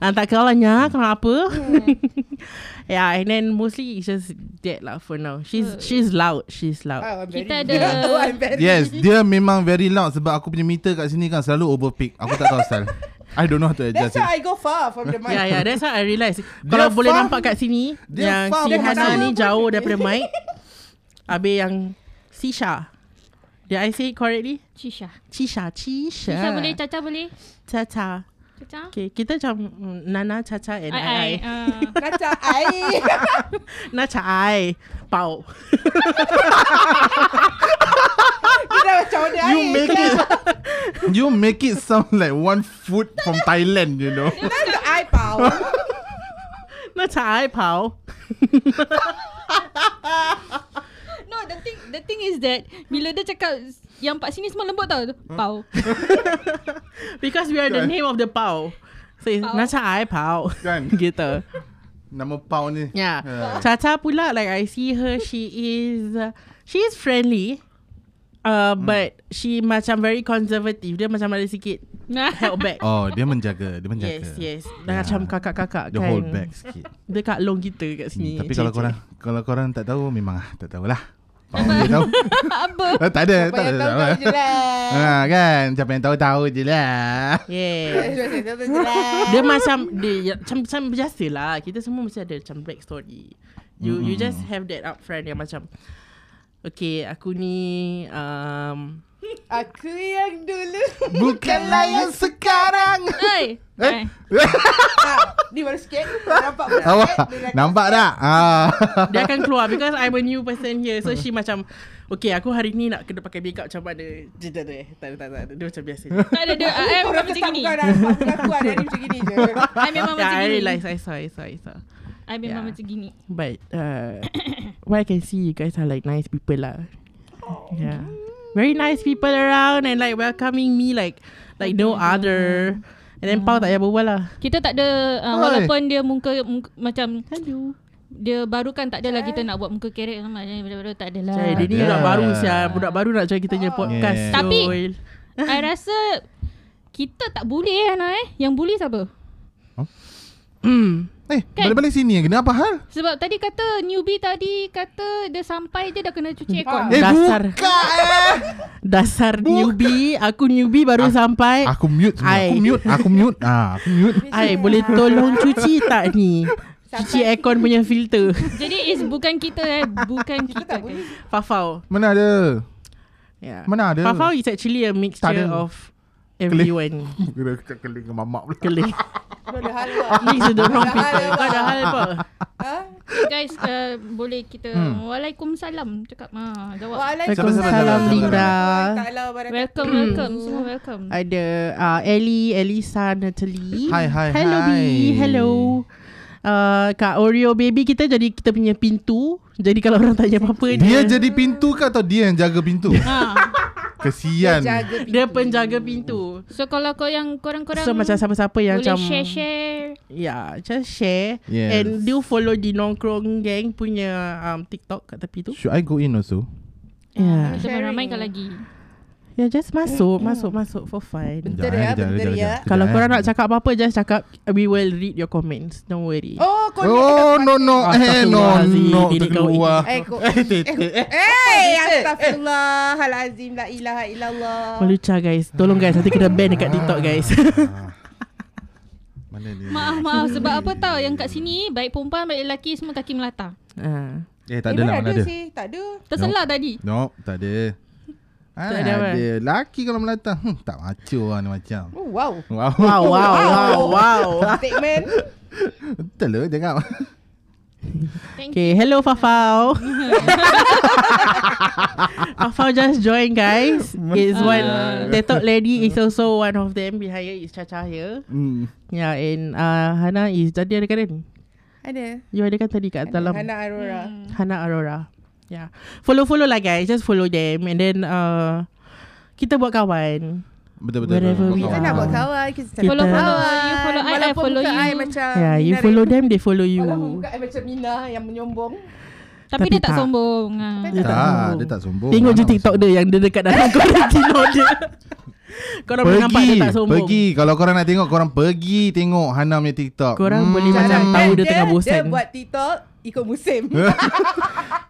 S5: Ah, tak kalah lah kenapa?
S4: Hmm.
S5: yeah, Ya, and then mostly it's just that lah for now. She's
S4: Uh.
S5: she's loud, she's loud.
S4: Oh, I'm
S2: Kita
S4: very-
S2: ada-
S4: Oh, I'm very-
S1: Yes Dia memang very loud Sebab aku punya meter kat sini kan Selalu overpeak Aku tak tahu asal I don't know how to
S4: That's
S1: adjust it
S4: why I go far from the mic.
S5: Yeah, yeah, Ya, that's what I realise. Kalau boleh
S1: faham-
S5: nampak kat sini,
S1: dia
S5: yang
S1: faham
S5: si
S1: pasal
S5: Hana
S1: dia
S5: ni
S4: pun.
S5: jauh daripada mic. Habis yang Sisha. Did I say it correctly?
S2: Cisha.
S5: Cisha, Cisha.
S2: Cisha ah. boleh, Caca boleh.
S5: Caca.
S2: Caca.
S5: Okay, kita macam mm, Nana, Caca and
S2: Ai,
S5: I.
S2: ai.
S5: I.
S2: Ah.
S4: Macam I.
S5: Naca I. Pau.
S4: Kita macam mana I.
S1: You make it You make it sound like One food from Thailand You know
S4: That's the I power.
S5: Naca I, Pau.
S2: No, the thing the thing is that bila dia cakap yang kat sini semua lembut tau. Pau.
S5: Because we are the name of the Pau. So it's
S2: Pau.
S5: Naca I, Pau.
S1: Kan
S5: gitu.
S1: Nama pau ni
S5: Yeah.
S1: Yeah.
S5: Chacha pula like I see her she is uh, she is friendly. Uh,
S1: Hmm.
S5: but she macam very conservative. Dia macam ada sikit
S2: Nah.
S5: held back.
S1: Oh dia menjaga Dia menjaga
S5: yes, yes. Dah macam kakak-kakak
S1: Dia
S5: kan.
S1: hold back sikit Hmm,
S5: Dekat long kita kat sini.
S1: Tapi kalau
S5: cik-cik.
S1: korang Kalau korang tak tahu Memang ah, tak tahulah Pau dia tahu
S2: Apa?
S1: Eh, Tak ada
S4: Apa
S1: Tak ada
S4: yang tahu tahu je lah.
S1: Ha kan Siapa yang tahu tahu je lah
S5: Yeah.
S4: Tahu je lah.
S5: dia macam dia ya, macam, macam biasa lah. Kita semua mesti ada macam back story. You you
S1: Hmm.
S5: just have that upfront yang macam Okay, aku ni um,
S4: Aku yang dulu
S1: Bukanlah yang sekarang
S2: Oi.
S1: Eh?
S2: Eh.
S4: Ah, Ni baru sikit Nampak baru
S1: Awak
S4: sikit Dia nak-
S1: Nampak tak ah.
S5: Dia akan keluar Because I'm a new person here So she macam Okay aku hari ni nak kena pakai makeup macam mana Dia tak ada Tak ada tak ada, tak ada Dia macam biasa je
S2: Tak ada dia. Ah, I
S4: Orang
S2: memang
S4: tetap
S2: macam gini.
S4: bukan Aku aku ada ni macam gini je
S2: I memang
S5: Yeah
S2: macam
S5: Ya, I
S2: gini.
S5: realise Ya. I saw I saw I saw
S2: I memang
S5: Yeah.
S2: macam gini.
S5: But uh, What I can see You guys are like nice people lah Yeah Very nice people around And like welcoming me Like Like no
S2: Mm-hmm.
S5: other And then Pau tak payah berbual lah
S2: Kita tak ada uh,
S1: Oi.
S2: walaupun dia muka, muka macam
S5: Hello
S2: dia baru kan tak adalah kita nak buat muka kerek sama dia baru-baru tak adalah.
S5: Cai, dia ni
S1: Ada.
S5: lah. budak baru sia Budak baru nak join kita punya podcast
S1: Yeah.
S2: Oh. Tapi-
S5: Yul.
S2: I rasa kita tak boleh eh Hana eh. Yang boleh siapa?
S5: Hmm
S1: Eh balik-balik sini Kena apa hal
S2: Sebab tadi kata newbie tadi kata dia sampai je dah kena cuci aircon.
S1: Eh
S4: Ah.
S5: Dasar.
S1: bukan eh.
S5: Dasar
S1: Bukan.
S5: newbie Aku newbie baru sampai
S1: Aku mute semua Aku
S5: Eh. Ai.
S1: mute Aku mute ah, Aku mute
S5: Ai boleh tolong cuci tak ni? Cuci aircon punya filter.
S2: Jadi is bukan kita eh, bukan kita.
S4: tak
S2: guys.
S4: boleh.
S5: Fafau.
S1: Mana ada
S5: Yeah.
S1: Ya. Mana ada
S5: Fafau is actually a mixture
S1: ada.
S5: of everyone.
S1: Kena cakap keling dengan mamak pula
S5: Kelih.
S4: Kau dah hal lah.
S5: Mix with the wrong
S4: Dah hal
S5: people. Kau
S4: lah.
S5: dah hal apa?
S4: Ha?
S2: Guys uh, boleh kita hmm. Waalaikumsalam cakap ha jawab.
S5: Waalaikumsalam
S1: Salam,
S5: Linda.
S4: Ta'ala wa barakatuh.
S2: Welcome welcome semua welcome.
S5: Ada uh, Ellie, Elisa, Natalie.
S1: Hi, hi,
S5: Hello
S1: hi.
S5: B. Hello. uh, kat Oreo Baby kita jadi kita punya pintu. Jadi kalau orang tanya apa-apa
S1: Dia jadi pintu ke atau dia yang jaga pintu? Kesian.
S4: Jaga
S5: dia penjaga pintu.
S2: So kalau kau yang korang-korang
S5: So macam siapa-siapa yang
S2: boleh
S5: macam
S2: share-share.
S5: Yeah, just Ya, share
S1: Yes.
S5: and do follow di Nongkrong Gang punya um, TikTok kat tepi tu.
S1: Should I go in also?
S5: Yeah.
S2: Kita ramai kau lagi.
S5: Yeah, just masuk, masuk, masuk for fun.
S1: Jangan,
S4: Betul ya,
S1: jangan, jangan,
S4: betul ya.
S1: jangan.
S5: Kalau
S1: Jangan.
S5: korang nak cakap apa-apa Just cakap We will read your comments Don't worry
S4: Oh, kau ni
S1: Oh no no eh no
S5: Astaghfirullahalazim.
S1: no
S5: Ini kau
S1: terkeluar.
S4: Eh, kau-
S1: Eh titik.
S4: Eh, hey, astagfirullahalazim la ilaha illallah.
S5: Maluca guys Tolong guys Nanti kena ban dekat TikTok guys
S1: Mana ni?
S2: Maaf maaf sebab apa tahu yang kat sini baik perempuan baik lelaki semua kaki melata.
S5: Ah.
S1: Eh
S4: Eh,
S1: tak ada lah mana
S4: mana
S1: ada.
S4: sih? Tak ada.
S2: Terselah tadi.
S1: No, tak ada. Ah,
S5: ada apa?
S1: ada. Laki kalau melata, hmm, tak maco lah ni macam.
S4: Oh, wow.
S1: Wow.
S5: Wow wow wow wow
S4: Statement.
S1: Betul lah cakap.
S2: Thank you.
S5: Okay hello Fafau Fafau just join guys Is one TikTok lady is also one of them Behind her is Caca here
S1: Hmm.
S5: Yeah and uh, Hana is Jadi ada kan
S4: Ada.
S5: You ada kan tadi kat dalam
S4: Hana Aurora.
S5: Hana Aurora. Yeah. Follow-follow lah guys. Just follow them. And then uh, kita buat kawan.
S1: Betul betul.
S5: Wherever we
S4: Kita
S5: are.
S4: nak buat kawan. Kita nak
S5: Kita-
S4: buat
S2: Follow follow.
S4: kawan.
S2: You follow I, I
S4: Walaupun
S2: follow
S4: muka I
S2: you.
S4: macam
S5: yeah, Ya, you
S4: Mina
S5: follow
S4: Ray-
S5: them, they follow you.
S4: Walaupun muka I macam Mina yang menyombong.
S2: Tapi
S5: Tapi
S2: dia tak
S5: tak.
S2: sombong. Ha.
S5: Dia tak
S1: Tak,
S5: sombong.
S1: Ah, dia tak sombong.
S5: Tengok je
S1: Mana
S5: TikTok
S1: sombong?
S5: dia yang dia dekat dalam Quarantino dia. Korang boleh nampak
S1: Pergi,
S5: dia tak sombong.
S1: pergi. Kalau korang nak tengok, korang pergi tengok Hana punya TikTok. Hmm.
S5: Korang boleh
S4: Jangan.
S5: macam tahu dia
S4: Dan
S5: tengah bosan.
S4: Dia buat TikTok ikut musim.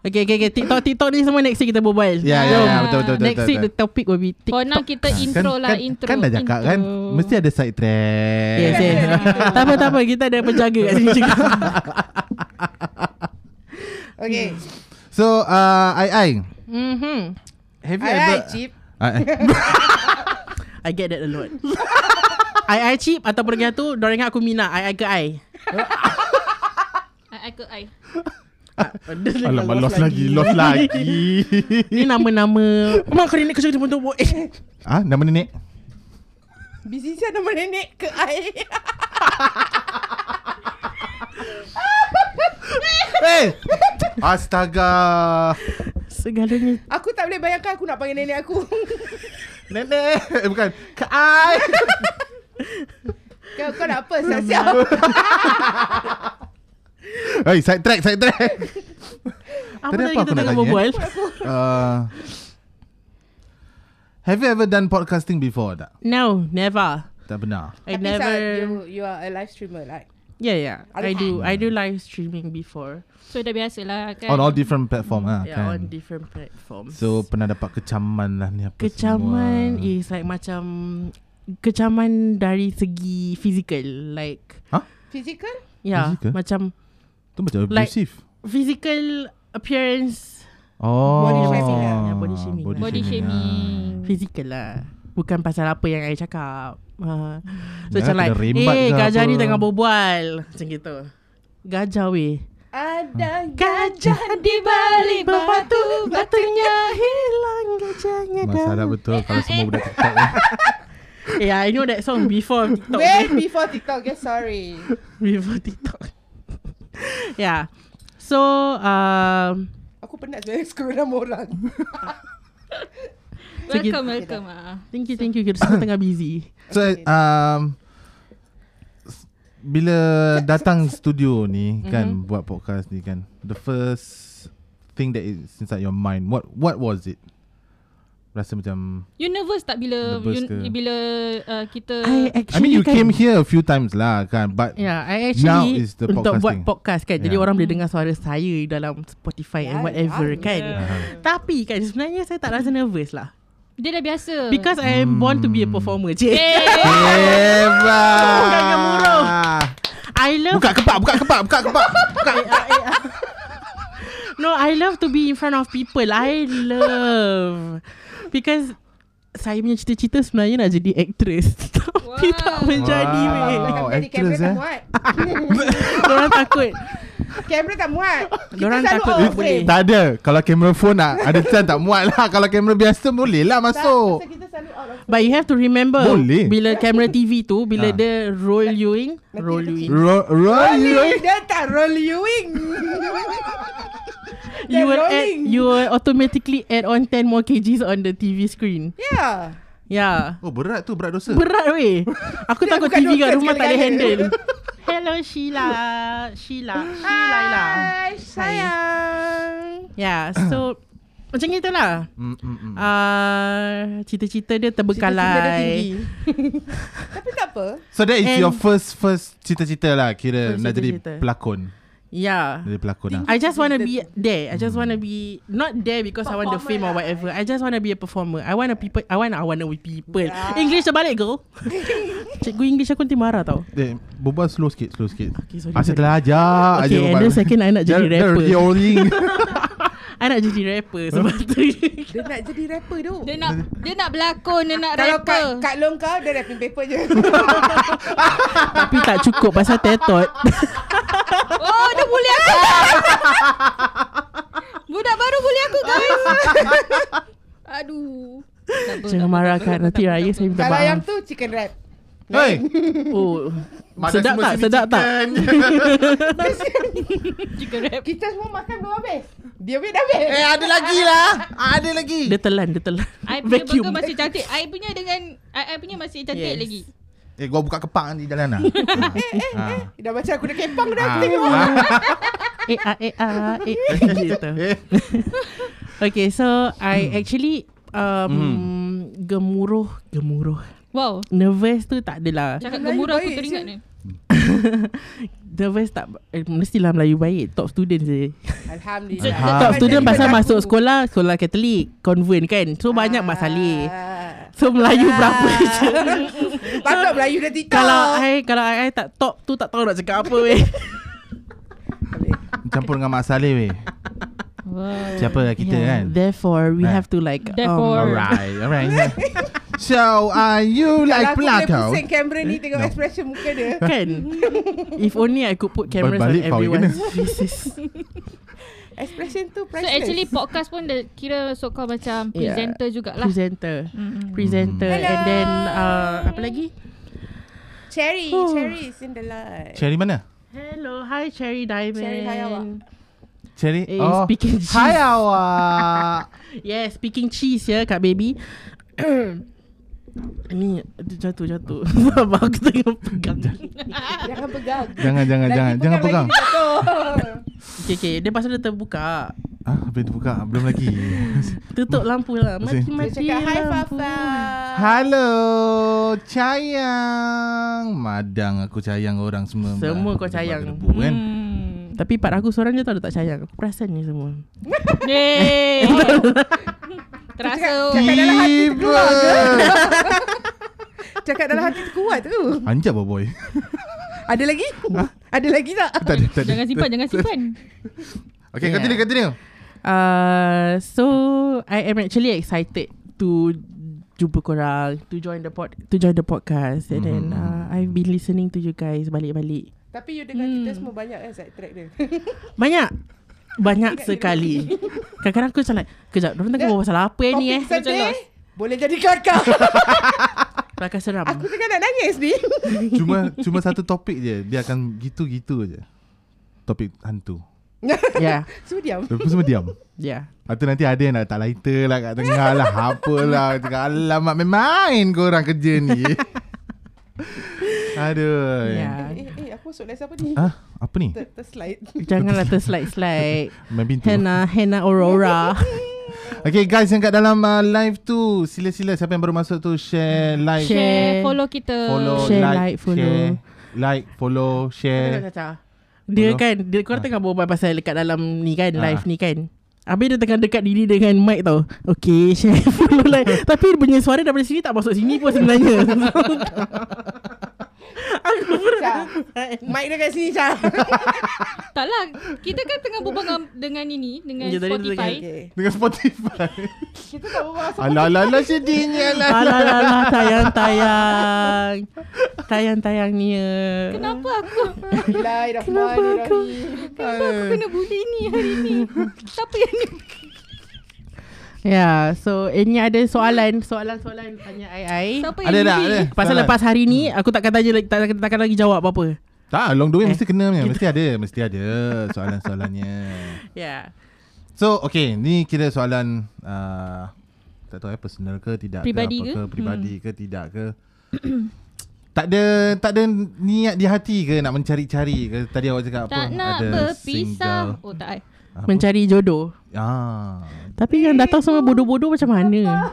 S5: Okay, okay, okay. TikTok, TikTok ni semua next week kita berbual.
S1: Ya, ya,
S5: Jom.
S1: ya, betul betul betul.
S5: Next week
S1: betul,
S5: the topic will be
S2: For Oh, now
S5: TikTok.
S2: kita
S1: Kan,
S2: intro lah
S1: kan,
S2: intro.
S1: kan dah cakap kan
S2: intro.
S1: Mesti ada side track
S5: Yes, yes. tak apa, tak apa. Kita ada penjaga kat sini juga.
S4: Okay.
S1: So uh, I I
S5: mm-hmm.
S1: Have you ever
S4: Alright, Cip.
S1: I, I.
S5: I get that a lot. I I cheap ataupun dengan tu, dorang ingat aku Mina. I I ke I.
S2: I, I ke I.
S1: Alamak lost lagi Lost lagi
S5: Ni nama-nama Mak kau nenek kerja dia pun tubuh Eh
S1: Ah, Nama nenek
S4: Busy siapa nama nenek ke I?
S1: Hey Astaga
S5: Segalanya
S4: Aku tak boleh bayangkan aku nak panggil nenek aku.
S1: Nenek Eh bukan Ke I
S4: kau, kau nak apa? Siap-siap.
S1: Hey side track Side track
S5: Apa
S1: Tadi
S5: tadi
S1: apa
S5: kita
S1: aku nak
S5: tengah
S1: tanya, eh?
S5: berbual
S1: uh, Have you ever done podcasting before tak?
S5: No Never
S1: Tak pernah
S5: I
S4: Tapi
S5: never
S4: Sat, you, you are a live streamer like.
S5: Yeah yeah I do I do live streaming before
S2: So dah biasa lah kan.
S1: On all different platform ah,
S5: Yeah
S1: kan?
S5: on different platforms
S1: So pernah dapat kecaman lah ni apa
S5: Kecaman
S1: semua.
S5: is like macam Kecaman dari segi physical Like
S4: Physical?
S5: Yeah
S1: Physical?
S5: Macam
S1: Tu macam
S5: like-
S1: abusive
S5: Physical appearance
S1: Oh ah.
S5: Body shaming lah. Ya, body shaming lah.
S2: Body shaming.
S5: Physical lah Bukan pasal apa yang I cakap ha. So
S1: Jangan
S5: macam like
S1: kena rembat
S5: Eh
S1: ke
S5: gajah
S1: apa."
S5: ni tengah berbual Macam gitu Gajah weh
S4: Ada
S5: Hmm. Gajah di balik batu Batunya hilang gajahnya
S1: lah. Masalah betul Kalau semua budak TikTok ni.
S5: Yeah I know that song before TikTok
S4: Way before TikTok, okay, sorry.
S5: Before TikTok Yeah So um,
S4: Aku penat sebenarnya screw nama orang.
S2: Welcome, welcome. ah.
S5: Thank you thank you Kita semua tengah busy
S1: So um, s- Bila datang studio ni Kan Buat podcast ni kan The first Thing that is Inside your mind What what was it? Rasa macam
S2: You nervous tak bila
S1: Nervous
S2: you,
S1: ke?
S2: bila uh, kita
S1: I
S5: I
S1: mean
S5: actually
S1: you
S5: kan-
S1: came here a few times lah kan But
S4: Ya.
S5: Yeah, I
S1: Now
S5: actually
S1: is the
S5: untuk
S1: podcasting.
S5: buat podcast kan. Jadi
S1: Yeah.
S5: orang boleh dengar suara saya dalam Spotify
S4: Yeah,
S5: and whatever
S4: yeah.
S5: kan. Tapi kan sebenarnya saya tak rasa nervous lah.
S2: dia dah biasa.
S5: Because I am born to be a
S1: Hmm.
S5: performer. Cik.
S2: Hmm. Eh,
S1: Hebat
S5: Bukan yang murah. I love
S1: Buka kepak Buka kepak Buka kepak Buka
S5: No, I love to be in front of people. I love because saya punya cita-cita sebenarnya nak jadi actress. Tapi
S2: Wow.
S5: tak menjadi
S1: Wow.
S5: weh.
S1: Oh,
S4: Jadi kamera
S1: actress,
S4: tak
S1: eh?
S4: muat. Hmm.
S5: Orang takut.
S4: Kamera tak muat. Kita
S5: Diorang
S4: selalu
S5: takut
S4: off eh.
S5: tak boleh.
S4: frame.
S1: Tak ada Kalau kamera phone nak Ada chance tak muat lah Kalau kamera biasa boleh lah
S4: Tak,
S1: masuk
S4: pasal kita selalu out of
S5: But you have to remember
S1: Boleh.
S5: Bila kamera TV tu
S1: Ah.
S5: Bila dia roll you in Roll you in
S1: Ro- Roy,
S4: Dia tak roll you wing
S5: You will
S4: rolling.
S5: add You will automatically add on 10 more kgs on the TV screen
S4: Yeah
S5: Yeah
S1: Oh berat tu berat dosa.
S5: Berat weh Aku
S4: Dia
S5: takut
S4: bukan
S5: TV kat
S4: doktor
S5: rumah tak boleh
S4: sekali-kali.
S5: handle Hello Sheila Sheila Sheila
S4: Hai sayang
S5: Yeah so Macam itulah
S1: Mm, mm, mm.
S5: uh, Cita-cita dia terbekalai
S4: Cita-cita dia tinggi Tapi tak apa
S1: So that is
S5: and-
S1: your first first cita-cita lah kira
S5: First
S1: nak jadi
S5: cita-cita.
S1: pelakon.
S5: Yeah
S1: Jadi pelakon lah.
S5: Ya. I just want to be there. I just want to be not there because I want the fame
S4: lah.
S5: or whatever. I just want to be a performer. I want to people. I want I want to be people.
S4: Ya.
S5: English terbalik girl. Cikgu English aku nanti marah tau.
S1: Eh, berbual slow sikit, slow sikit.
S5: Okay, sorry.
S1: Asyik
S5: sorry.
S1: telah ajak
S5: Okay, and the second I nak jadi rapper. I nak jadi rapper sebab tu.
S4: Dia nak jadi rapper tu
S2: Dia nak dia nak berlakon, dia nak
S4: Kalau
S2: rapper.
S4: kat, kat long kau Dia rapping paper je
S5: Tapi tak cukup pasal tetot.
S2: Oh, dia bully aku. Budak baru bully aku guys. Aduh. Tak apa, tak
S5: Jangan
S2: apa,
S5: marah
S2: tak apa,
S5: Kak.
S2: tak apa,
S5: Nanti
S2: tak apa, tak
S5: raya saya minta
S4: Kalau yang
S5: maaf.
S4: tu chicken rap
S1: Hei,
S5: Oh.
S1: mana
S5: Sedap
S1: semua
S5: tak?
S1: sini
S5: Sedap tak?
S1: chicken?
S2: apa. Chicken rap.
S4: Kita semua makan belum habis Dia punya dah habis
S1: eh, ada lagi lah. Ada lagi.
S5: Dia telan, dia telan.
S2: I punya
S5: Vacuum.
S2: burger masih cantik. I punya dengan I, I punya masih cantik
S5: Yes.
S2: lagi.
S1: Eh, gua buka kepak nanti jalan lah. Ha.
S4: Dah macam aku dah kepang dah
S1: Ha.
S4: aku tengok.
S5: Ah. Eh, ah, eh, ah, eh. Gitu.
S1: Eh,
S5: Okay, so I actually um, gemuruh, gemuruh.
S2: Wow.
S5: Nervous tu tak adalah.
S2: Cakap
S4: Melayu
S2: gemuruh aku
S4: baik
S2: teringat
S4: je.
S2: ni.
S5: Nervous tak, eh, mestilah Melayu baik. Top student je.
S4: Alhamdulillah.
S1: Ah,
S5: Top student
S1: jadi
S5: pasal
S1: macam
S5: masuk sekolah, sekolah Katolik, convent kan. So banyak mak saleh. So Melayu berapa je.
S4: Ah. Patut Melayu dah TikTok.
S5: Kalau I, kalau I, I tak top tu tak tahu nak cakap apa weh.
S1: Campur dengan Mak Saleh weh.
S2: Wow.
S1: Siapa lah kita
S5: Yeah,
S1: kan?
S5: Therefore, we
S1: Nah.
S5: have to like... um,
S2: Therefore.
S1: Alright, alright. so, are you like
S4: Kalau
S5: lah
S4: aku boleh
S1: Plato?
S4: pusing kamera ni tengok
S1: No.
S4: expression muka dia.
S5: Kan If only I could put cameras on
S1: Berbalik power
S5: everyone's faces
S4: Expression
S2: So
S4: tu priceless.
S2: actually podcast pun dah kira so kau macam
S5: Yeah.
S2: presenter jugalah.
S5: Presenter
S2: Mm-mm.
S5: Presenter
S4: Mm-hmm.
S1: Hmm.
S4: Hello.
S5: And then uh, Apa lagi
S4: cherry,
S5: Huh.
S4: cherry is in the light.
S1: Cherry mana?
S5: Hello Hi Cherry Diamond
S4: Cherry, hi, awak.
S1: Cherry?
S5: Eh,
S1: oh.
S5: speaking
S1: Hai
S5: cheese.
S1: awak.
S5: Yeah speaking cheese ya Kak baby Ni aduh, Jatuh jatuh Abang aku tengah pegang
S4: Jangan pegang.
S1: jangan, jangan,
S4: Lagi
S1: jangan. Jangan pegang.
S4: lagi dia jatuh.
S5: Okay okay Dia pasal dia terbuka
S1: Ah, belum terbuka. Belum lagi. Uh.
S5: Tutup
S1: Hmm.
S5: lampu lah
S4: Dia
S5: Mati-mati
S4: cakap hi
S5: lampu
S4: Fafa.
S1: Hello, sayang. Madang aku sayang orang semua.
S5: Semua
S1: Bah,
S5: kau sayang.
S1: debu, kan?
S2: Hmm.
S5: Tapi part aku seorang je tak ada tak sayang Aku perasan ni semua
S2: Yeay. Terasa.
S4: Cakap dalam hati
S1: Tiba.
S4: Cakap dalam hati tu kuat tu.
S1: Anjab lah boy.
S4: Ada lagi?
S1: Ha?
S4: Ada lagi tak?
S1: Tak ada, tak ada.
S2: Jangan simpan, jangan simpan.
S1: Okay,
S5: Yeah.
S1: continue, continue.
S5: Uh, so I am actually excited to jumpa korang to join the pod to join the podcast and then
S1: Mhm.
S5: uh, I've been listening to you guys balik-balik
S4: Tapi you dengar kita semua banyak kan side track dia.
S5: banyak banyak sekali kadang-kadang aku macam like kejap orang tengah berbual pasal apa eh, ni eh
S4: Topik sedih.
S5: macam
S4: Boleh jadi kelakar.
S5: belakang seram
S4: Aku tengah nak nangis ni.
S1: Cuma cuma satu topik je. Dia akan gitu-gitu je. Topik hantu.
S5: yeah
S4: Semua diam.
S1: Lepas tu semua diam.
S5: yeah
S1: Atau nanti ada yang nak letak lighter lah kat tengah lah. Apa lah. Cakap, alamak main-main korang kerja ni. Aduh.
S5: yeah
S4: Eh, eh, aku masuk les apa ni?
S1: Ah, apa ni?
S4: Ter, terslide.
S1: Eh.
S5: janganlah terslide-slide
S1: Main pintu.
S5: Hannah Hannah Aurora
S1: Okay guys yang kat dalam uh, live tu sila-sila siapa yang baru masuk tu share like
S5: Hmm. Share,
S2: Share, follow kita.
S1: follow
S5: Share,
S1: like,
S5: like, follow.
S1: share like follow share
S5: Dia
S1: Hello?
S5: kan dia korang tengah berbual pasal dekat dalam ni kan
S1: Ah.
S5: live ni kan. Habis dia tengah dekat diri dengan mic tau. Okay, share follow like. Tapi dia punya suara daripada sini tak masuk sini pun sebenarnya. Aku pun
S4: Syah.
S5: Eh,
S4: Mic dia kat sini, Syah.
S2: Tak lah. Kita kan tengah berbual dengan, dengan ini. Dengan
S5: Ya, tadi tu
S2: Spotify.
S4: Okay.
S1: dengan Spotify.
S4: Kita tak berbual pasal
S1: alah alah alah sedihnya lah.
S5: Alah alah alah tayang tayang. Tayang tayang ni. eh.
S2: Kenapa aku
S4: Bismillahirrahmanirrahim.
S2: Kenapa aku kena bully ni hari ni Siapa yang ni
S5: Yeah, Ya, so ini ada soalan, soalan-soalan tanya ai ai.
S2: Siapa yang
S1: Ada tak?
S2: lead?
S1: Ada.
S5: Pasal
S1: Soalan.
S5: lepas hari ni aku takkan tanya lagi tak, takkan lagi jawab apa-apa.
S1: Tak, long the way
S5: Eh,
S1: mesti kena punya. Mesti ada, mesti ada soalan-soalannya.
S5: Yeah.
S1: So, okay. Ni kira soalan uh, tak tahu eh, personal ke tidak ke,
S2: Peribadi ke?
S1: apa ke pribadi ke tidak ke. tak ada tak ada niat di hati ke nak mencari-cari ke? Tadi awak cakap apa?
S2: Tak nak
S1: ada
S2: berpisah.
S1: single.
S2: Oh tak. eh.
S1: Apa?
S5: Mencari jodoh.
S1: Ah.
S5: Tapi yang datang semua bodoh-bodoh macam mana?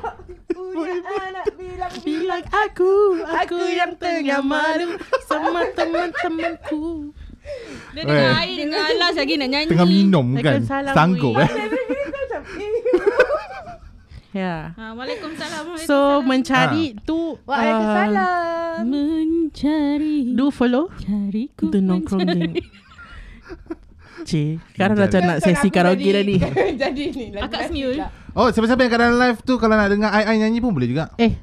S5: Bilang aku, aku yang tengah malu sama teman-temanku.
S1: Weh.
S2: Dia dengan air dengan alas lagi nak nyanyi.
S1: Tengah minum kan?
S5: Takkan salah
S1: Sanggup eh.
S5: bunyi.
S4: eh.
S5: Yeah.
S2: Ha, Waalaikumsalam.
S5: Ya. So
S2: Waalaikumsalam.
S5: mencari tu uh,
S4: Waalaikumsalam.
S2: mencari
S5: um, Do follow
S2: cariku
S5: The nongkronging Cik Sekarang dah macam nak
S4: Kan
S5: sesi
S4: aku
S5: karaoke dah
S4: jadi-
S5: ni
S4: Jadi ni. lagu
S2: Akak
S4: klasik
S2: Smiul.
S4: lah.
S1: Oh, siapa-siapa yang kat dalam live tu kalau nak dengar ai ai nyanyi pun boleh juga.
S5: Eh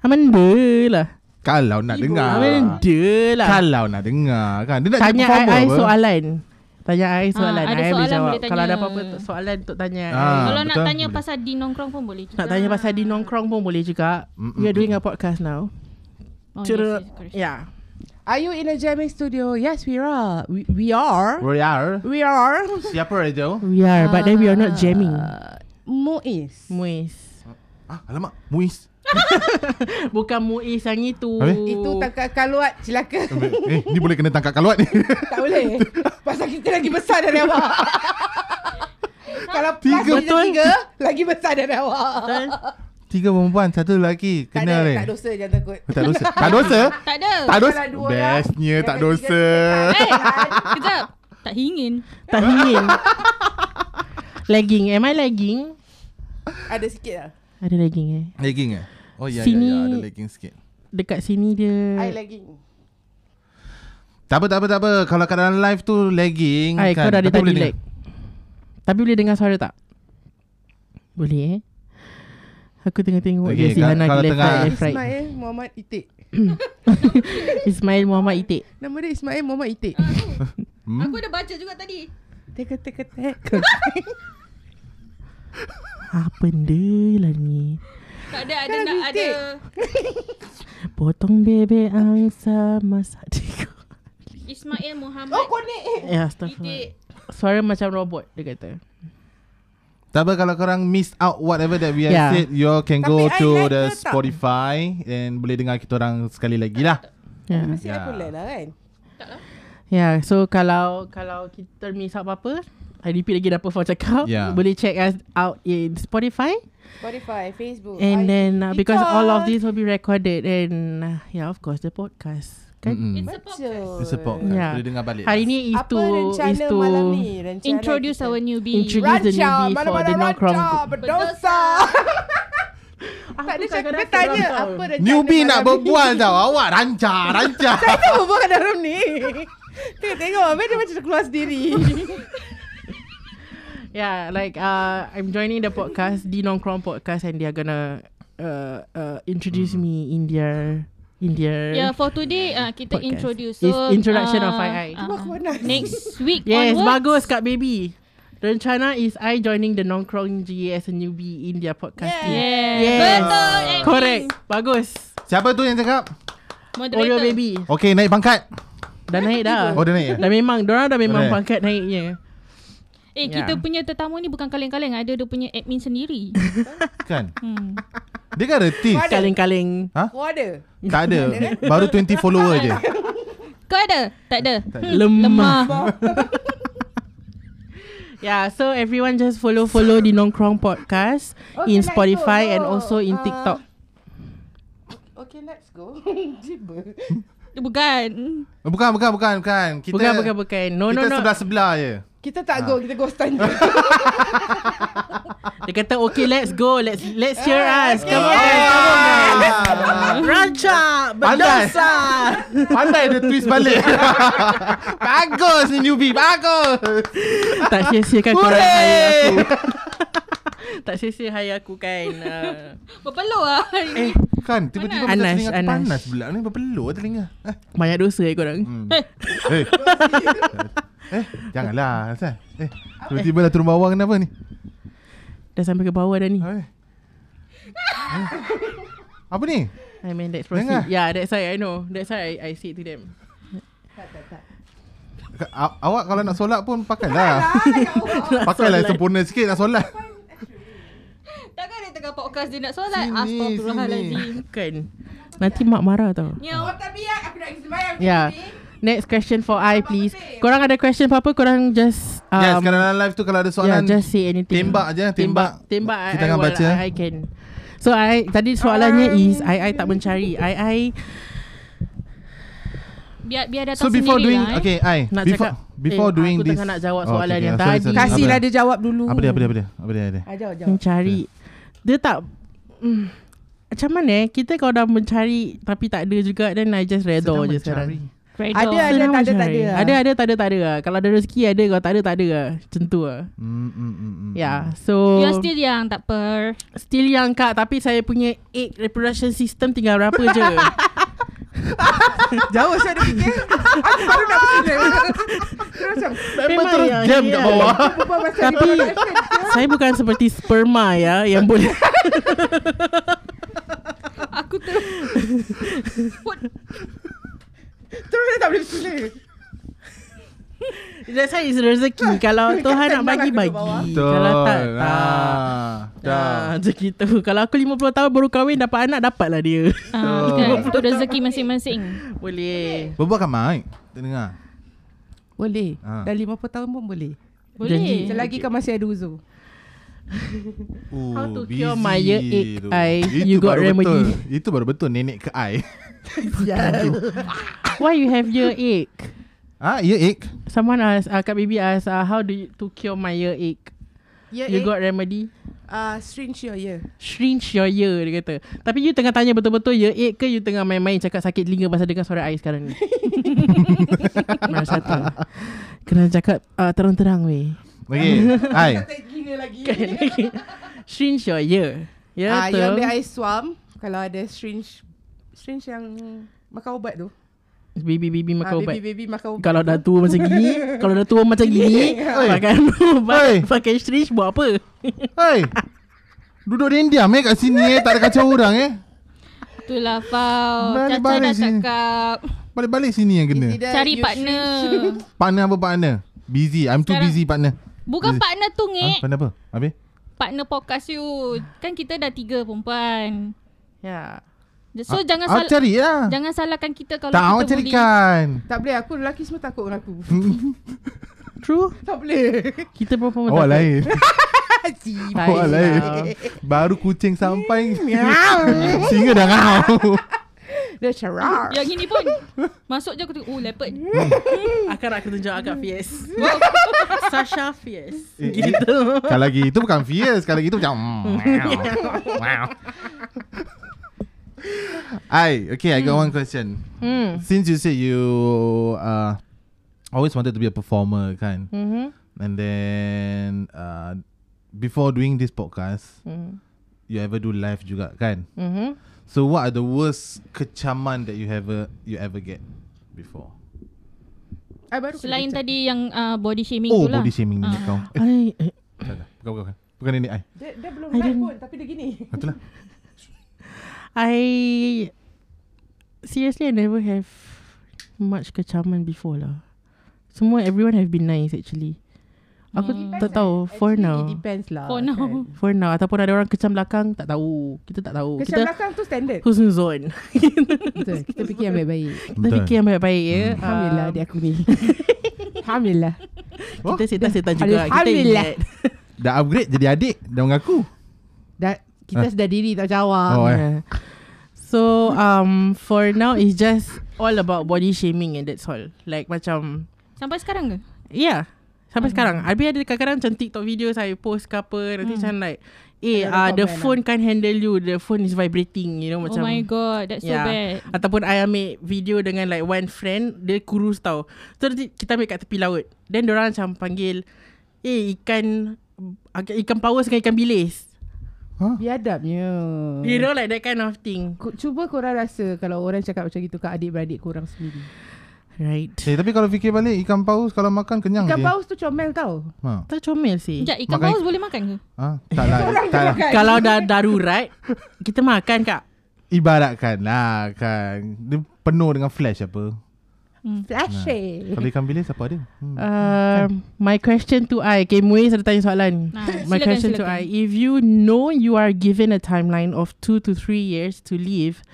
S5: Amanda lah
S1: Kalau nak dengar.
S5: Amanda lah
S1: Kalau nak dengar kan. Dia nak jadi
S5: Tanya
S1: performer
S5: I, I
S1: apa?
S5: soalan Tanya I soalan
S2: Ah, ada
S5: I boleh
S2: soalan
S5: jawab
S2: boleh tanya.
S5: Kalau ada apa-apa tu- soalan untuk tanya
S1: Ah,
S5: I.
S2: Kalau nak
S1: betul,
S2: tanya
S1: boleh.
S2: pasal di nongkrong pun boleh juga.
S5: Nak tanya pasal di nongkrong pun boleh juga
S1: Mm,
S5: We are
S1: mm,
S5: doing a podcast now ya.
S2: Oh, yes,
S5: Cera
S2: yes, correct.
S5: Yeah
S4: Are you in a jamming studio? Yes, we are. We, we are.
S1: We are.
S4: We are.
S1: Siapa Rejo?
S5: We are But then we are not jamming
S4: Uh, Muiz.
S5: Muis
S1: Ah, alamak, Muiz.
S5: Bukan Muis yang itu
S1: Habis?
S4: Itu tangkap kaluat celaka.
S1: eh, ni boleh kena tangkap kaluat ni.
S4: tak boleh. Pasal kita lagi besar dari awak. Kalau
S1: Tiga.
S4: tiga betul.
S5: Betul.
S4: tiga, lagi besar dari awak.
S5: Betul
S1: Tiga perempuan, satu lelaki.
S4: Tak
S1: Kena
S4: ada,
S1: ni.
S4: eh? tak dosa jangan takut.
S1: Tak dosa. Tak dosa.
S2: Tak ada.
S1: Tak dosa.
S4: Kalau dua orang,
S1: Bestnya tak
S4: jangan
S1: dosa.
S2: Eh, kejap. Tak ingin.
S5: Tak ingin Lagging Am I lagging?
S4: Ada sikit lah.
S5: Ada lagging eh
S1: Legging eh? Oh ya,
S5: Sini-
S1: ya, ya, ada legging sikit.
S5: Dekat sini dia
S4: I lagging.
S1: Tak apa, tak apa, tak apa. Kalau kat dalam live tu legging
S5: Ai kau dah
S1: Kan,
S5: ada
S1: Tapi
S5: tadi
S1: boleh
S5: lag Tapi boleh dengar suara tak? Boleh eh Aku tengah tengok
S1: Okay,
S5: okay, dia si
S1: kalau-
S5: Hana
S1: kalau
S5: left
S1: tengah-
S5: right left right
S4: Ismail Muhammad Itik.
S5: Ismail Muhammad Itik
S4: Nama dia Ismail Muhammad Itik.
S1: Hmm?
S2: Aku dah baca juga tadi.
S4: Teka teka tek.
S5: Ah benda lah ni
S2: Tak ada ada
S5: Kan
S2: nak ada.
S5: Potong bebek angsa masak tiga
S2: Ismail Muhammad.
S4: Oh konek.
S5: Ya astagfirullah
S2: Titik.
S5: Suara macam robot dia kata
S1: Tak apa kalau korang miss out whatever that we have
S5: Yeah.
S1: said, you all can
S4: Tapi
S1: go
S4: I
S1: to
S4: like
S1: the
S4: ke tak?
S1: Spotify and boleh dengar kita orang sekali lagi lah.
S5: Ya
S4: Masih aku lah lah kan.
S5: Ya, so kalau kalau kita miss out apa-apa, I repeat lagi dah perform cakap,
S1: Ya.
S5: boleh check us out in Spotify
S4: Spotify, Facebook. I-
S5: and then uh, because, all of
S4: Because-
S5: this will be recorded and uh, yeah, of course the podcast. Kan?
S1: Mm-mm.
S2: It's a podcast.
S4: Betul.
S1: Dia support. kan?
S5: Yeah.
S1: Boleh dengar balik.
S5: Hari ni is
S4: Apa
S5: to is
S4: rencana
S5: to
S4: malam ni? Rencana
S2: Introduce
S4: kita.
S2: our newbie.
S5: introduce the
S4: Ranca,
S5: newbie for
S4: mana-mana
S5: the
S4: ranca,
S5: non-crom
S4: berdosa. tak ada cakap, dia tanya apa rencana
S1: Newbie nak
S4: malam ni?
S1: berbual tau. Awak rancang, rancang.
S4: Saya berbual kat dalam ni. Tengok, tengok. Habis dia macam keluar sendiri.
S5: Yeah, Ya, like uh, I'm joining the podcast, the non-crom podcast, and they are gonna uh, uh,
S1: Mm.
S5: introduce me in their in their
S4: Ya,
S2: Yeah, for today uh, kita
S5: Podcast.
S2: introduce.
S5: It's introduction of II.
S2: ah,
S4: Wah, kau nak.
S2: Next week
S5: Yes,
S2: onwards.
S5: bagus Kak Baby. Rencana is I joining the Nongkrong GA as a newbie in their podcast team.
S2: Yeah.
S5: Yes.
S2: Betul. Amy.
S5: Correct. Bagus.
S1: Siapa tu yang cakap?
S2: Moderator.
S5: Oreo Baby.
S1: Okay, naik pangkat.
S5: Dah naik dah.
S1: Oh, dah naik eh?
S5: Dah memang, dorang dah
S1: Dah
S5: memang
S1: naik.
S5: pangkat naiknya.
S2: Eh,
S1: Ya.
S5: Yeah.
S2: kita punya tetamu ni bukan kaleng-kaleng. Ada dia punya admin sendiri.
S1: Kan?
S2: Hmm.
S1: Dia kan retis.
S4: Ada.
S5: Kaleng-kaleng.
S4: Kau ada?
S1: Tak ada. Baru 20 follower je.
S2: Kau ada? Tak ada.
S1: ada.
S2: Hmm,
S5: Lemah.
S2: Lemah.
S5: Yeah, so everyone just follow follow the Nongkrong podcast
S2: Oh,
S4: Okay,
S5: in
S4: let's
S5: Spotify
S4: go.
S5: and also
S2: Uh.
S5: in
S4: Ah.
S5: TikTok.
S4: Okay, let's go. Jiba.
S2: Bukan.
S1: Bukan, bukan, bukan, bukan. Kita
S5: bukan, bukan, bukan. No,
S1: kita
S5: no, no.
S1: sebelah-sebelah je.
S4: Kita tak go, kita ghostan je.
S5: Dia kata, okay, let's go. Let's let's hear us. Come
S1: Eh,
S5: on,
S1: Yeah.
S5: guys. Come on, guys.
S1: Ah.
S5: Raja,
S1: Pandai.
S5: berdosa.
S1: Pandai dia twist balik. bagus ni newbie, bagus.
S5: tak sia-siakan korang
S1: Hooray!
S5: hire aku. tak sia-sia hire aku kan. Uh,
S2: Berpeluh lah.
S1: Eh, kan tiba-tiba pasal
S5: Panas. Anas,
S1: telinga aku
S5: Anas.
S1: panas pula ni berpeluh telinga. Eh,
S5: banyak dosa eh korang.
S1: hmm. eh. lah eh, janganlah Hasan. Eh, tiba-tiba dah turun bawang kenapa ni?
S5: Dah sampai ke bawah dah ni
S1: Hai. Eh. Apa ni?
S5: I mean that's proceed
S1: Dengar.
S5: Yeah that's why I know That's why I, I say to them
S1: Ka- aw- Awak kalau nak solat pun pakailah. Pakailah
S5: Solat.
S1: sempurna sikit nak solat.
S2: Takkan dia tengah podcast dia nak solat.
S1: Sini,
S2: Astagfirullahaladzim.
S5: Kan Nanti mak marah tau
S2: Ni awak
S4: Tapi ya, aku nak sembahyang
S5: Yeah Next question for I please Korang ada question apa-apa Korang just um,
S1: yes, kalau dalam live tu kalau ada
S5: yeah,
S1: soalan
S5: just say anything
S1: tembak je, tembak.
S5: Tembak I,
S1: Kita
S5: I,
S1: akan
S5: will,
S1: baca.
S5: I, I can So I Tadi soalannya is I, I tak mencari I, I
S2: biar biar
S1: So
S2: datang
S1: before
S2: sendiri
S1: doing
S2: lah, eh.
S1: okay, I
S5: Nak
S1: before
S5: cakap-
S1: before
S5: eh,
S1: doing
S5: aku
S1: this.
S5: tengah nak jawab
S1: Oh, okay,
S5: soalan
S1: okay.
S5: yang
S1: Sorry,
S5: tadi. lah
S1: sorry,
S4: Kasihlah
S1: apa-
S4: dia jawab dulu
S1: Apa dia apa dia apa dia? Apa dia? Apa dia?
S4: Ah, jawab, jawab
S5: mencari Dia tak mm, Macam mana eh Kita kalau dah mencari Tapi tak ada juga Then I just reda
S1: Sedang
S5: je
S1: mencari.
S5: sekarang
S2: Right
S4: Ada,
S2: on.
S4: ada.
S5: Senang
S4: tak
S5: mencari.
S4: ada lah.
S5: Ada ada tak ada tak ada lah. Kalau ada rezeki ada Kalau tak ada tak ada lah Macam tu lah
S1: Mm, mm, mm, mm.
S5: Yeah so
S2: You are still young tak per
S5: Still young kak Tapi saya punya Egg reproduction system Tinggal berapa je
S4: Jauh saya dah fikir Aku baru nak pergi Terus macam
S1: Memang
S5: Memang ya,
S1: terus
S5: yang-
S1: jam kat
S5: yeah.
S1: bawah.
S4: Berbual pasal
S5: Tapi
S4: reproduction.
S5: Saya bukan seperti sperma ya Yang boleh
S2: Aku ter What?
S4: Terus dia tak boleh pilih
S5: That's why it's rezeki Kalau Tuhan nak bagi
S4: Aku duduk bawah.
S5: Bagi Kalau tak Tak Ah,
S1: Tak.
S5: macam gitu Kalau aku 50 tahun baru kahwin Dapat anak dapat lah dia
S2: Ah,
S1: Oh.
S2: betul. Untuk rezeki masing-masing
S5: Boleh
S1: Berbual kat mic. Tak dengar.
S4: Boleh
S1: Ah.
S4: Dah 50 tahun pun boleh
S2: Boleh
S4: Selagi kau masih ada uzur
S1: Ooh,
S5: How to
S1: Oh, busy
S5: cure my earache,
S1: tu.
S5: I.
S1: Itu
S5: You got
S1: baru
S5: remedy.
S1: betul. Itu baru betul nenek ke I.
S5: Why you have your egg?
S1: Ah, earache.
S5: Someone ask uh, Kak Bibi ask uh, How do you to cure my ear ache?
S4: Yeah,
S5: You got remedy?
S4: uh, Ya, eh, Strange your yeah
S5: Shringe your ear Dia kata Tapi you tengah tanya betul-betul Ear ache ke you tengah main-main Cakap sakit telinga Pasal dengar suara air sekarang ni Mana satu Kena cakap uh, Terang-terang weh
S1: Okay, I.
S4: Gila lagi
S5: Kan Shringe your ear Ya
S4: Ah,
S5: tu
S4: Yang dia air swam Kalau ada strange Strange yang Makan ubat tu
S5: Baby-baby
S4: Ah,
S5: makan ubat
S4: Baby-baby makan ubat
S5: Kalau dah tua macam gini Kalau dah tua macam gini
S1: Oi.
S5: Pakai
S1: Oi.
S5: ubat Pakai syringe buat apa
S1: Hai. Duduk diam-diam eh kat sini eh. Tak ada kacau orang eh.
S2: Itulah Fau
S1: Balik
S2: Caca dah
S1: baris sini.
S2: cakap
S1: Balik-balik sini yang kena.
S4: Either
S2: Cari
S4: Eh, you
S2: partner
S1: Partner apa partner? Busy. I'm too
S2: Sekarang- Eh.
S1: busy partner.
S2: Bukan
S1: Busy.
S2: partner tu
S1: Ha?
S2: ngek
S1: Partner apa? Habis?
S2: Partner podcast you Kan kita dah tiga perempuan
S5: Ya
S2: So
S1: Ah,
S2: jangan
S1: Awak
S2: salah
S1: cari lah.
S2: Jangan salahkan kita Kalau
S1: Tak
S2: kita
S1: awak
S2: bully
S1: carikan.
S4: Tak boleh aku lelaki semua takut dengan aku
S5: True
S4: Tak boleh
S5: Kita pun pun
S1: Awak lain.
S4: Si
S5: Lain
S1: Awak lain.
S5: lah.
S1: Baru kucing sampai. Singa dah ngau.
S4: Dia cerar
S2: Yang ini Ya, pun Masuk je aku tengok Oh leopard
S5: Akan nak tunjuk akak Fies Sasha Fies Gitu
S1: Kalau lagi itu bukan fierce Kalau lagi itu macam Wow I Okay I got one question
S5: Hmm
S1: Since you said you uh, Always wanted to be a performer kan
S5: Mhm.
S1: And then uh, Before doing this podcast
S5: Mhm.
S1: You ever do live juga kan
S5: Mhm.
S1: So what are the worst Kecaman that you ever You ever get Before
S4: I baru
S2: Ya. Selain
S4: kena
S2: tadi yang uh, body shaming
S1: Oh
S2: tu lah
S1: body shaming ni
S2: Ah.
S1: kau Eh
S5: I, eh,
S1: tak, tak. Bukan bukan bukan Bukan ini I
S4: cakap. Dia, dia belum
S5: I
S4: live
S5: don't-
S4: pun Tapi dia gini
S1: Itulah
S5: I Seriously I never have Much kecaman before lah Semua everyone have been nice actually Aku tak tahu For
S4: Hmm. eh. Actually,
S5: now
S4: It depends lah
S2: For now.
S4: kan.
S5: For now Ataupun ada orang kecam belakang Tak tahu Kita tak tahu
S4: Kesian
S5: Kita
S4: belakang tu standard
S5: husnuzon
S4: Betul Kita fikir yang baik-baik
S5: Kita fikir yang baik-baik ya Um,
S4: Alhamdulillah dia aku ni Alhamdulillah
S5: Kita setan-setan juga Kita
S4: Oh. Alhamdulillah.
S5: ingat
S1: Dah upgrade jadi adik Dah mengaku
S4: Dah
S5: Ah.
S4: kita sedar diri tak jawab Ha.
S1: Oh, eh.
S5: Yeah. So um For now It's just All about body shaming And that's all Like macam
S2: Sampai sekarang ke?
S5: Yeah Ya. Sampai
S2: Hmm.
S5: sekarang Habis ada kadang-kadang Macam TikTok video Saya post ke apa
S2: Hmm.
S5: Nanti macam like Eh
S4: Ada
S5: uh, the
S4: komen
S5: phone can't handle you The phone is vibrating You know
S2: ah." Oh
S5: macam Ya.
S2: my god That's so bad
S5: Ataupun I ambil video dengan like one friend Dia kurus tau So nanti kita ambil kat tepi laut Then diorang macam panggil Eh ikan Ikan paus dengan ikan bilis
S1: Ha?
S4: Biadabnya
S2: Hmm.
S5: You know like that kind of thing Hmm,
S4: Ku- Cuba korang rasa Kalau orang cakap macam gitu Kat adik-beradik korang sendiri
S5: Right.
S1: Eh, tapi kalau fikir balik ikan paus kalau makan kenyang
S4: Ikan
S1: je.
S4: paus tu comel tau
S1: Ha.
S5: Tak comel sih.
S2: Sekejap, ikan
S1: Makan-
S2: paus boleh makan ke?
S1: ha? Tak lah, tak lah.
S5: Kalau dah darurat, kita makan kak.
S1: Ibaratkan lah kan. Dia penuh dengan flash apa.
S4: Flashy
S1: Kalau ikan bilis apa ada? Hmm.
S4: Mm-hmm.
S5: Uh, my question to I. Okay, Muiz ada tanya soalan.
S2: Nah,
S5: my
S2: silakan,
S5: question to I.
S2: silakan.
S5: If you know you are given a timeline of two to three years to live,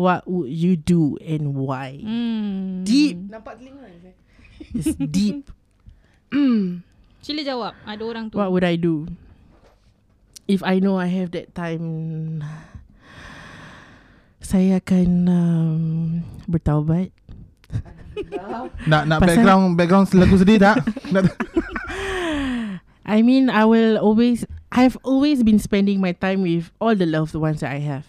S5: what would you do and why?
S2: Hmm.
S5: Deep.
S4: Nampak telinga je.
S5: It's deep.
S2: Sila jawab. Ada orang tu.
S5: What would I do? If I know I have that time, saya akan um, bertaubat.
S1: Nak nak
S5: Pasal-
S1: background background lagu sedih tak? nak
S5: I mean, I will always. I've always been spending my time with all the loved ones that I have.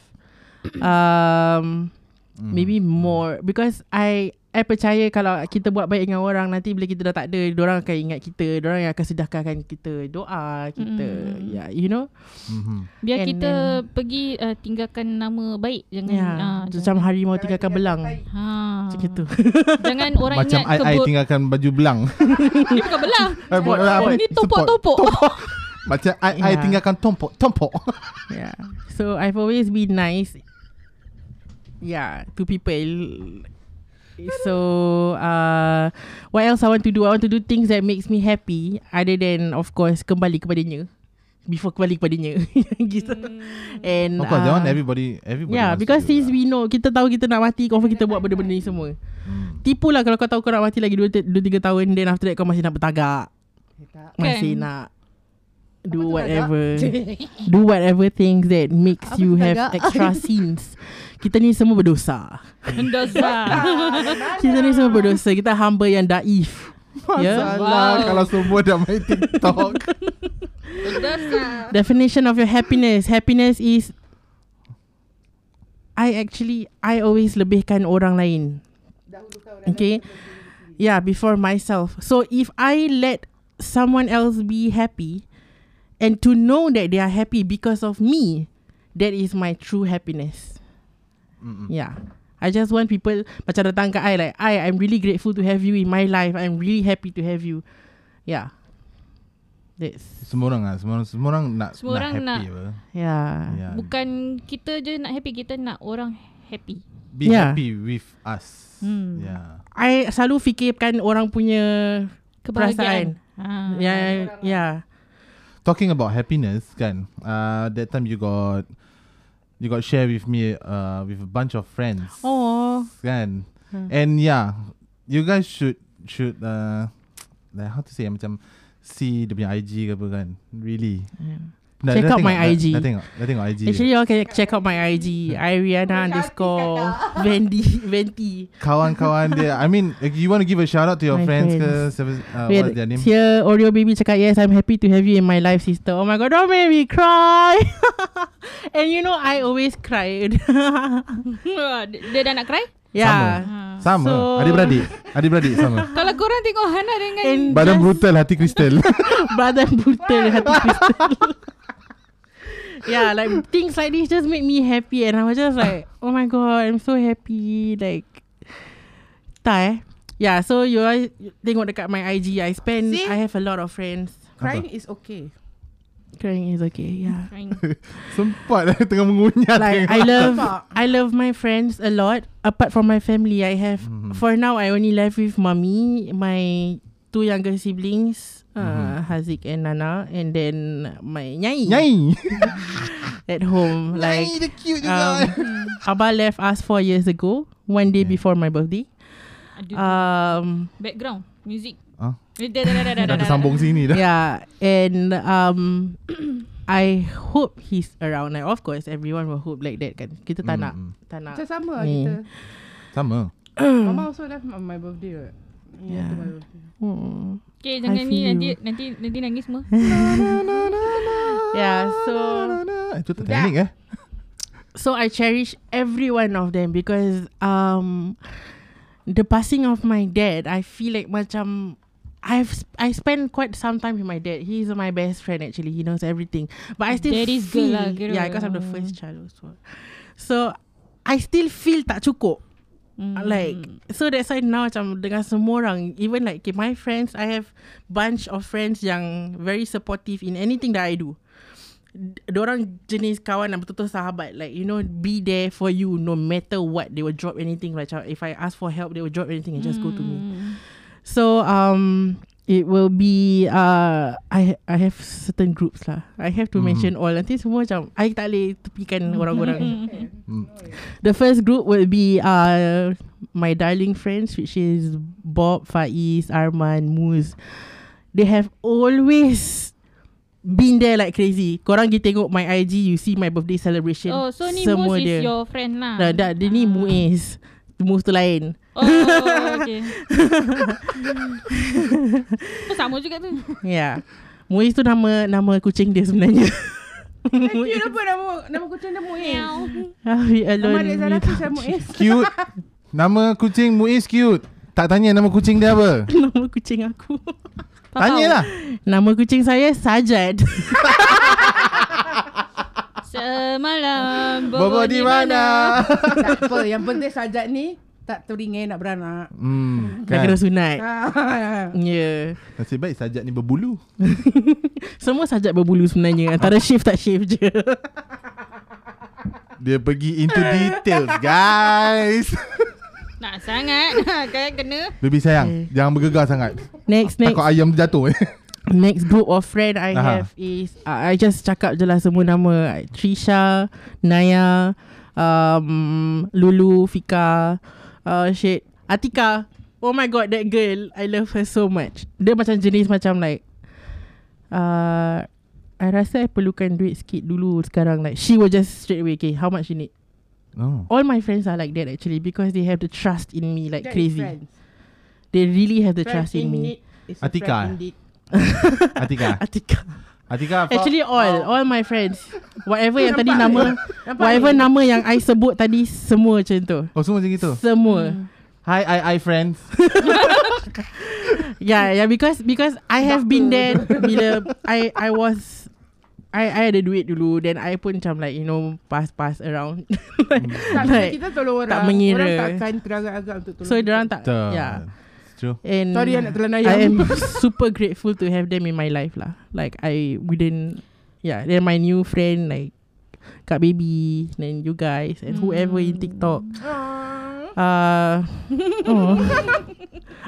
S5: Um,
S1: Hmm.
S5: maybe more because I I percaya kalau kita buat baik dengan orang nanti bila kita dah tak ada, orang akan ingat kita, orang yang akan sedekahkan kita, doa kita.
S2: Mm.
S5: Yeah, you know.
S1: Mhm.
S2: Biar
S5: And
S2: kita pergi uh, tinggalkan nama baik. Jangan. ah,
S5: Yeah,
S2: jangan-
S5: Ya. macam harimau tinggalkan belang.
S2: Ha.
S5: Macam gitu.
S2: Jangan orang
S1: Macam
S2: ingat
S1: I, I
S2: kebun.
S1: tinggalkan baju belang.
S2: Dia bukan belah.
S1: Eh, buat- apa?
S2: Ni
S1: Support.
S2: tumpuk-tumpuk.
S1: Macam I, I
S2: Ya.
S5: Yeah.
S1: tinggalkan tompok. Tompok.
S5: Yeah. So I've always been nice. Yeah, to people. So uh, what else I want to do? I want to do things that makes me happy other than of course kembali kepadanya. Before kembali kepadanya. gitu. And
S1: Of course, that
S5: uh,
S1: one everybody everybody.
S2: Ya,
S5: Yeah,
S1: wants to
S5: Ya, because
S1: do lah.
S5: since we know kita tahu kita nak mati confirm kita buat benda-benda ni semua.
S4: Hmm.
S5: Tipu lah kalau kau tahu kau nak mati lagi 2 3 tahun then after that kau masih nak bertagak. Masih
S2: Kan?
S5: nak do whatever. do whatever things that makes
S4: Apa
S5: you
S4: tu
S5: have
S4: tagak?
S5: extra sins. Kita ni semua berdosa.
S2: Dosa.
S5: Kita ni semua berdosa. Kita hamba yang daif. Ya? Yeah.
S1: Masalah
S2: Wow.
S1: kalau semua dah main TikTok.
S2: Dosa.
S5: Definition of your happiness. Happiness is I actually I always lebihkan orang lain. Okay. Yeah, before myself. So if I let someone else be happy and to know that they are happy because of me, that is my true happiness.
S1: Mm-mm.
S5: Yeah. I just want people macam datang kat I like I I'm really grateful to have you in my life. I'm really happy to have you. Yeah. That's
S1: semua orang ah, semua orang semua orang nak
S2: Semua orang
S1: happy
S2: nak- Ah,
S1: apa. Ya,
S5: yeah.
S1: Yeah.
S2: Bukan kita je nak happy. Kita nak orang happy.
S1: Be
S5: Yeah.
S1: happy with us. Ya.
S2: ya. Hmm.
S1: Yeah.
S5: I selalu fikirkan orang punya
S2: Kebahagiaan. Ha.
S5: ya yeah, yeah.
S1: Talking about happiness kan. Uh, that time you got you got share with me uh, with a bunch of friends.
S5: Oh.
S1: kan
S5: Hmm.
S1: and yeah you guys should should uh, like how to say macam see dia punya IG ke apa kan really
S5: Yeah.
S1: Dah-
S5: Check
S1: dah
S5: out
S1: tengok,
S5: my
S1: dah-
S5: IG.
S1: dah tengok dah tengok IG
S5: Actually, you all can check out my IG, Ariana underscore Vendi Venti.
S1: kawan-kawan dia I mean like, you want to give a shout out to your
S5: My
S1: friends, ke
S5: friends.
S1: siapa uh,
S5: Wait,
S1: what's their name
S5: Here, Oreo baby cakap yes, I'm happy to have you in my life, sister. Oh my god, don't make me cry. and you know, I always cried.
S2: Ah. Dia dah nak cry?
S5: yeah.
S2: Ha.
S1: sama
S5: So-
S1: adik-beradik adik-beradik sama
S2: Kalau korang tengok Hana dengan
S5: And
S1: badan
S5: just-
S1: brutal hati kristal
S5: badan brutal hati kristal. yeah, like things like this just make me happy, and I was just like, oh my god, I'm so happy. Like, tak eh. Yeah, so you all tengok dekat my IG, I spend,
S4: See?
S5: I have a lot of friends.
S4: Crying is okay
S5: Crying is okay, yeah.
S2: Crying.
S1: sempat eh, tengah mengunyah
S5: Like
S1: tengok.
S5: I love, I love my friends a lot. Apart from my family, I have. For now, I only left with mommy, my two younger siblings, uh, Haziq and Nana, and then my nyai.
S1: nyai
S5: at home. Like
S1: nyai dia cute juga
S5: um, Abba left us four years ago, one day
S1: Yeah.
S5: before my birthday.
S2: Aduh.
S5: Um,
S2: Background. Music.
S1: Huh?
S2: Eh, Dah dah dah
S1: Ah.
S2: dah dah.
S1: dah
S2: dah,
S1: tersambung sini dah
S5: yeah, and um, I hope he's around. Like, of course, everyone will hope like that. Kan? Kita
S1: Mm,
S5: tak nak,
S1: mm.
S5: tak nak.
S4: Macam sama lah
S5: Ni.
S4: kita
S1: sama
S4: Mama also left on my birthday right?
S5: Yeah.
S4: Yeah. my birthday.
S5: Hmm.
S2: dah. Okay, jangan
S5: I
S2: ni
S5: feel
S2: nanti
S5: you. Hmm.
S2: nanti nanti nangis semua.
S5: Yeah, so Um,
S1: Ah, itu Titanic eh
S5: so I cherish every one of them because um, the passing of my dad, I feel like macam I've sp- I spent quite some time with my dad. He's my best friend actually. He knows everything. But I still
S2: Daddy's girl
S5: feel
S2: lah, kira.
S5: yeah, because I'm the first child also. So I still feel tak cukup.
S2: Mm.
S5: Like So that's why now macam Dengan semua orang Even like okay, My friends I have Bunch of friends Yang very supportive In anything that I do D- Diorang jenis kawan Yang betul-betul sahabat Like you know Be there for you No matter what They will drop anything Like macam if I ask for help They will drop anything And just go to me
S2: Hmm.
S5: So um it will be uh I I have certain groups lah. I have to
S1: Mhm.
S5: mention all. Nanti semua macam I tak boleh tepikan orang-orang.
S1: Mm.
S5: The first group will be uh my darling friends which is Bob, Faiz, Arman, Muz. They have always been there like crazy. Korang pergi tengok my IG, you see my birthday celebration.
S2: Oh, so ni
S5: Semua
S2: Moose
S5: dia.
S2: is your friend lah.
S5: Dah, dah, dia ni Muiz. Muz tu lain.
S2: Oh, okay. Pun sama juga tu.
S5: Yeah. Ya. Muiz tu nama nama kucing dia sebenarnya.
S4: Thank you apa nama nama kucing dia Muiz.
S2: Meow.
S5: Ah, we alone.
S4: Nama adik Zara
S5: we
S4: tu saya Muiz.
S1: Cute Nama kucing Muiz cute Tak tanya nama kucing dia apa
S5: Nama kucing aku
S2: Kau
S1: Tanyalah
S5: Nama kucing saya Sajad
S2: tahu. Semalam
S1: Bobo di mana
S4: tak apa, yang penting sajak ni tak teringin nak beranak.
S1: Hmm
S5: Dah
S1: kan.
S5: kena sunat
S4: Ah.
S5: Ya yeah.
S1: Nasib baik sajak ni berbulu
S5: Semua sajad berbulu sebenarnya Antara shift tak shift je
S1: Dia pergi into details guys
S2: Nak sangat. Kaya kena.
S1: Baby sayang Jangan bergegar sangat
S5: Next next
S1: Takut ayam jatuh eh
S5: Next group of friend I
S1: Aha.
S5: have is uh, I just cakap je lah semua nama Trisha Naya um, Lulu Fika uh, Shit Atika Oh my god that girl I love her so much Dia macam jenis macam like uh, I rasa I perlukan duit sikit dulu sekarang Like she will just straight away Okay how much you need
S1: oh.
S5: All my friends are like that actually Because they have the trust in me Like
S4: That is
S5: crazy
S4: friends.
S5: They really have the
S4: Friends
S5: trust in me
S4: need is a
S1: Atika,
S4: friend
S1: eh?
S4: indeed.
S1: Atika
S5: Atika
S1: Atika fa-
S5: Actually all All my friends Whatever yang tadi nama
S4: Nampak
S5: Whatever
S4: ni?
S5: nama yang I sebut tadi Semua macam tu
S1: Oh semua macam itu
S5: Semua
S4: Hmm.
S1: Hi hi hi friends
S5: Yeah yeah Ya, because Because I have been there Bila I I was I I ada duit dulu Then I pun macam like You know Pass pass around
S4: tak,
S5: Like,
S4: kita tolong orang
S5: tak mengira.
S4: Orang takkan teragak-agak untuk tolong
S5: So diorang tak ya.
S1: Betul.
S5: Yeah
S1: It's true
S5: And
S4: Sorry anak telan ayam
S5: I am super grateful to have them in my life lah. Like I wouldn't yeah, then my new friend like Kak Baby, then you guys and whoever in TikTok.
S4: Mm.
S5: Uh, oh.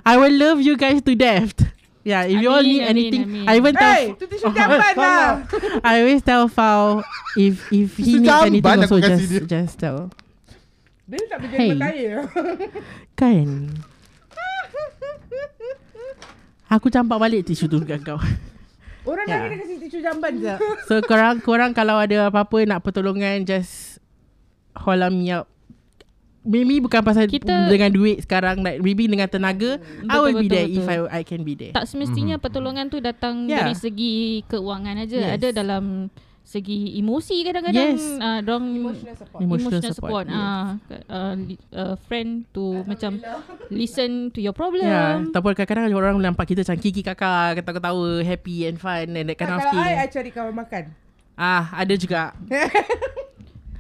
S5: I will love you guys to death. Yeah, if you all
S2: Amin,
S5: need
S2: amin,
S5: anything,
S2: amin.
S5: I even tell
S4: Hey, tu tisu
S5: Oh,
S4: jamban lah
S5: I always tell Fao if if he
S1: Tisu
S5: needs anything
S1: jamban
S5: also
S1: aku kasi dia.
S5: just just tell.
S4: Dia tak boleh
S5: Hey.
S4: jadi kaya
S5: Kan. Aku campak balik tisu tu dekat kau.
S4: Orang
S5: Ya.
S4: lain dia kasi tisu jamban je
S5: So korang korang kalau ada apa-apa nak pertolongan just holler me up. Maybe bukan pasal
S2: Kita-
S5: Kita, dengan duit sekarang like maybe dengan tenaga I will be
S2: betul,
S5: there
S2: betul.
S5: if I I can be there.
S2: Tak semestinya pertolongan tu datang
S5: Yeah.
S2: dari segi keuangan aja.
S5: Mhm. Ya. Yes.
S2: Ada dalam segi emosi kadang-kadang.
S5: Yes.
S2: Ah, dorang
S4: Emotional support
S2: emotional, support. Ah, uh, uh, friend to macam listen to your problem.
S5: Ya, yeah. ataupun kadang-kadang orang nampak kita macam kiki kakak, ketawa-ketawa, happy and fun and that kind of
S4: Kalau
S5: thing.
S4: I, I cari kawan makan
S5: Ah, ada juga.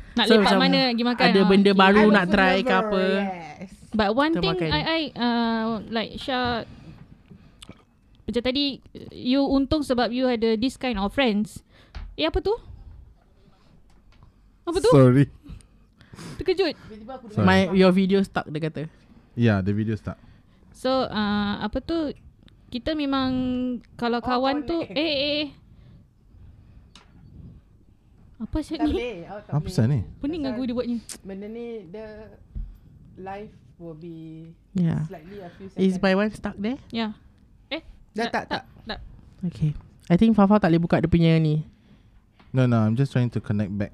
S2: Nak
S5: So,
S2: lepak
S5: macam
S2: mana pergi makan.
S5: ada
S2: Ah,
S5: benda
S2: okay.
S5: baru
S4: I'm a
S5: nak
S4: food
S5: try ke
S4: lover,
S5: apa.
S4: Yes
S2: But one
S5: Kita
S2: thing
S5: makan.
S2: I I uh, like Syah macam tadi you untung sebab you ada this kind of friends. Eh apa tu? Apa tu?
S1: Sorry
S2: Terkejut.
S1: Sorry.
S5: My your video stuck dia kata.
S1: Yeah Ya, the video start
S2: So uh, apa tu kita memang kalau kawan tu eh eh, eh apa
S4: Tak
S2: siap ni?
S4: boleh awak tak
S1: Apa
S4: boleh.
S1: pasal ni
S2: Pening aku dia buatnya.
S4: Benda ni the Life will be
S5: Yeah.
S4: Slightly a few
S5: Ya. Is
S4: seconds
S5: my one stuck there?
S2: Ya. Eh?
S4: Dah tak tak
S2: Tak.
S5: Okay. I think Fafa tak boleh buka dia punya ni.
S1: No no I'm just trying to connect back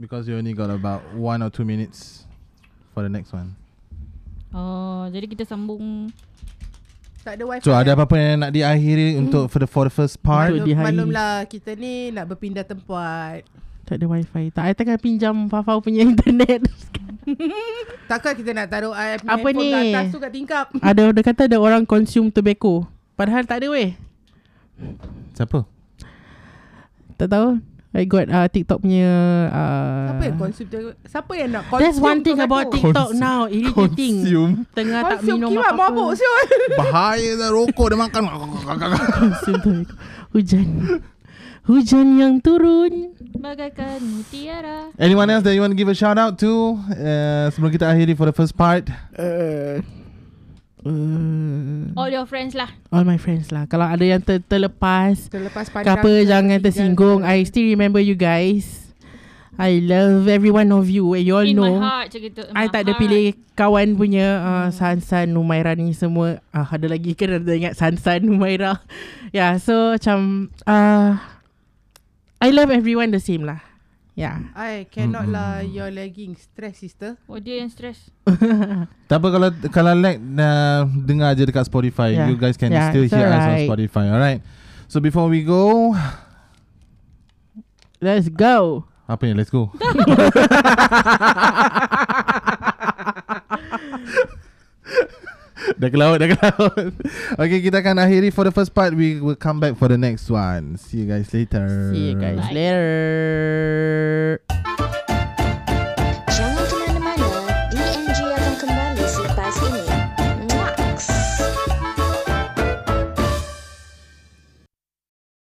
S1: Because you only got about One or two minutes For the next one
S2: Oh, jadi kita sambung
S4: Tak ada wifi
S1: So ada apa-apa yang nak diakhiri Untuk for the, for the first part
S5: Betul. Untuk di hari-
S4: Maklumlah kita ni nak berpindah tempat
S5: Tak ada wifi. Tak, I tengah pinjam Fafa punya internet.
S4: Takkan kita nak taruh I punya
S5: Apa
S4: handphone
S5: ni?
S4: kat atas tu kat tingkap
S5: ada dia kata ada orang consume tobacco. Padahal tak ada weh.
S1: Siapa?
S5: Tak tahu. I got uh, TikTok punya uh,
S4: Siapa yang consume Siapa yang nak consume
S5: That's one thing
S4: tobacco?
S5: about TikTok
S1: Consume.
S5: now Irritating
S1: Consume
S5: Tengah tak
S4: Consume
S5: minum
S4: kiwat
S5: apa-apa
S4: mabuk siul
S1: Bahaya dah rokok dia makan
S5: Consume tobacco Hujan Hujan yang turun
S2: Bagaikan mutiara.
S1: Anyone else that you want to give a shout out to uh, Sebelum kita akhiri for the first part
S5: uh, uh,
S2: All your friends lah.
S5: All my friends lah Kalau ada yang ter- terlepas
S4: Terlepas
S5: Ke
S4: pandang
S5: apa jangan tersinggung I still remember you guys I love every one of you And you all
S2: In
S5: know
S2: my heart macam gitu. In
S5: Oh, I
S2: my
S5: tak ada
S2: heart.
S5: pilih kawan punya uh, Sansan, Numaira ni semua uh, Ada lagi kan ada ingat Sansan, Numaira Yeah so macam uh, I love everyone the same lah Yeah
S4: I cannot lah Your legging Stress sister
S2: Oh dia yang stress.
S1: Tak apa kalau kalau lag uh, dengar je dekat Spotify.
S5: Yeah.
S1: You guys can
S5: Yeah,
S1: still
S5: it's
S1: hear us on
S5: alright.
S1: Spotify. Alright. So before we go,
S5: Let's go
S1: apa ni? Let's go. dah ke laut, dah ke laut. Okay, kita akan akhiri for the first part. We will come back for the next one. See you guys later.
S5: See you guys
S2: Bye.
S5: later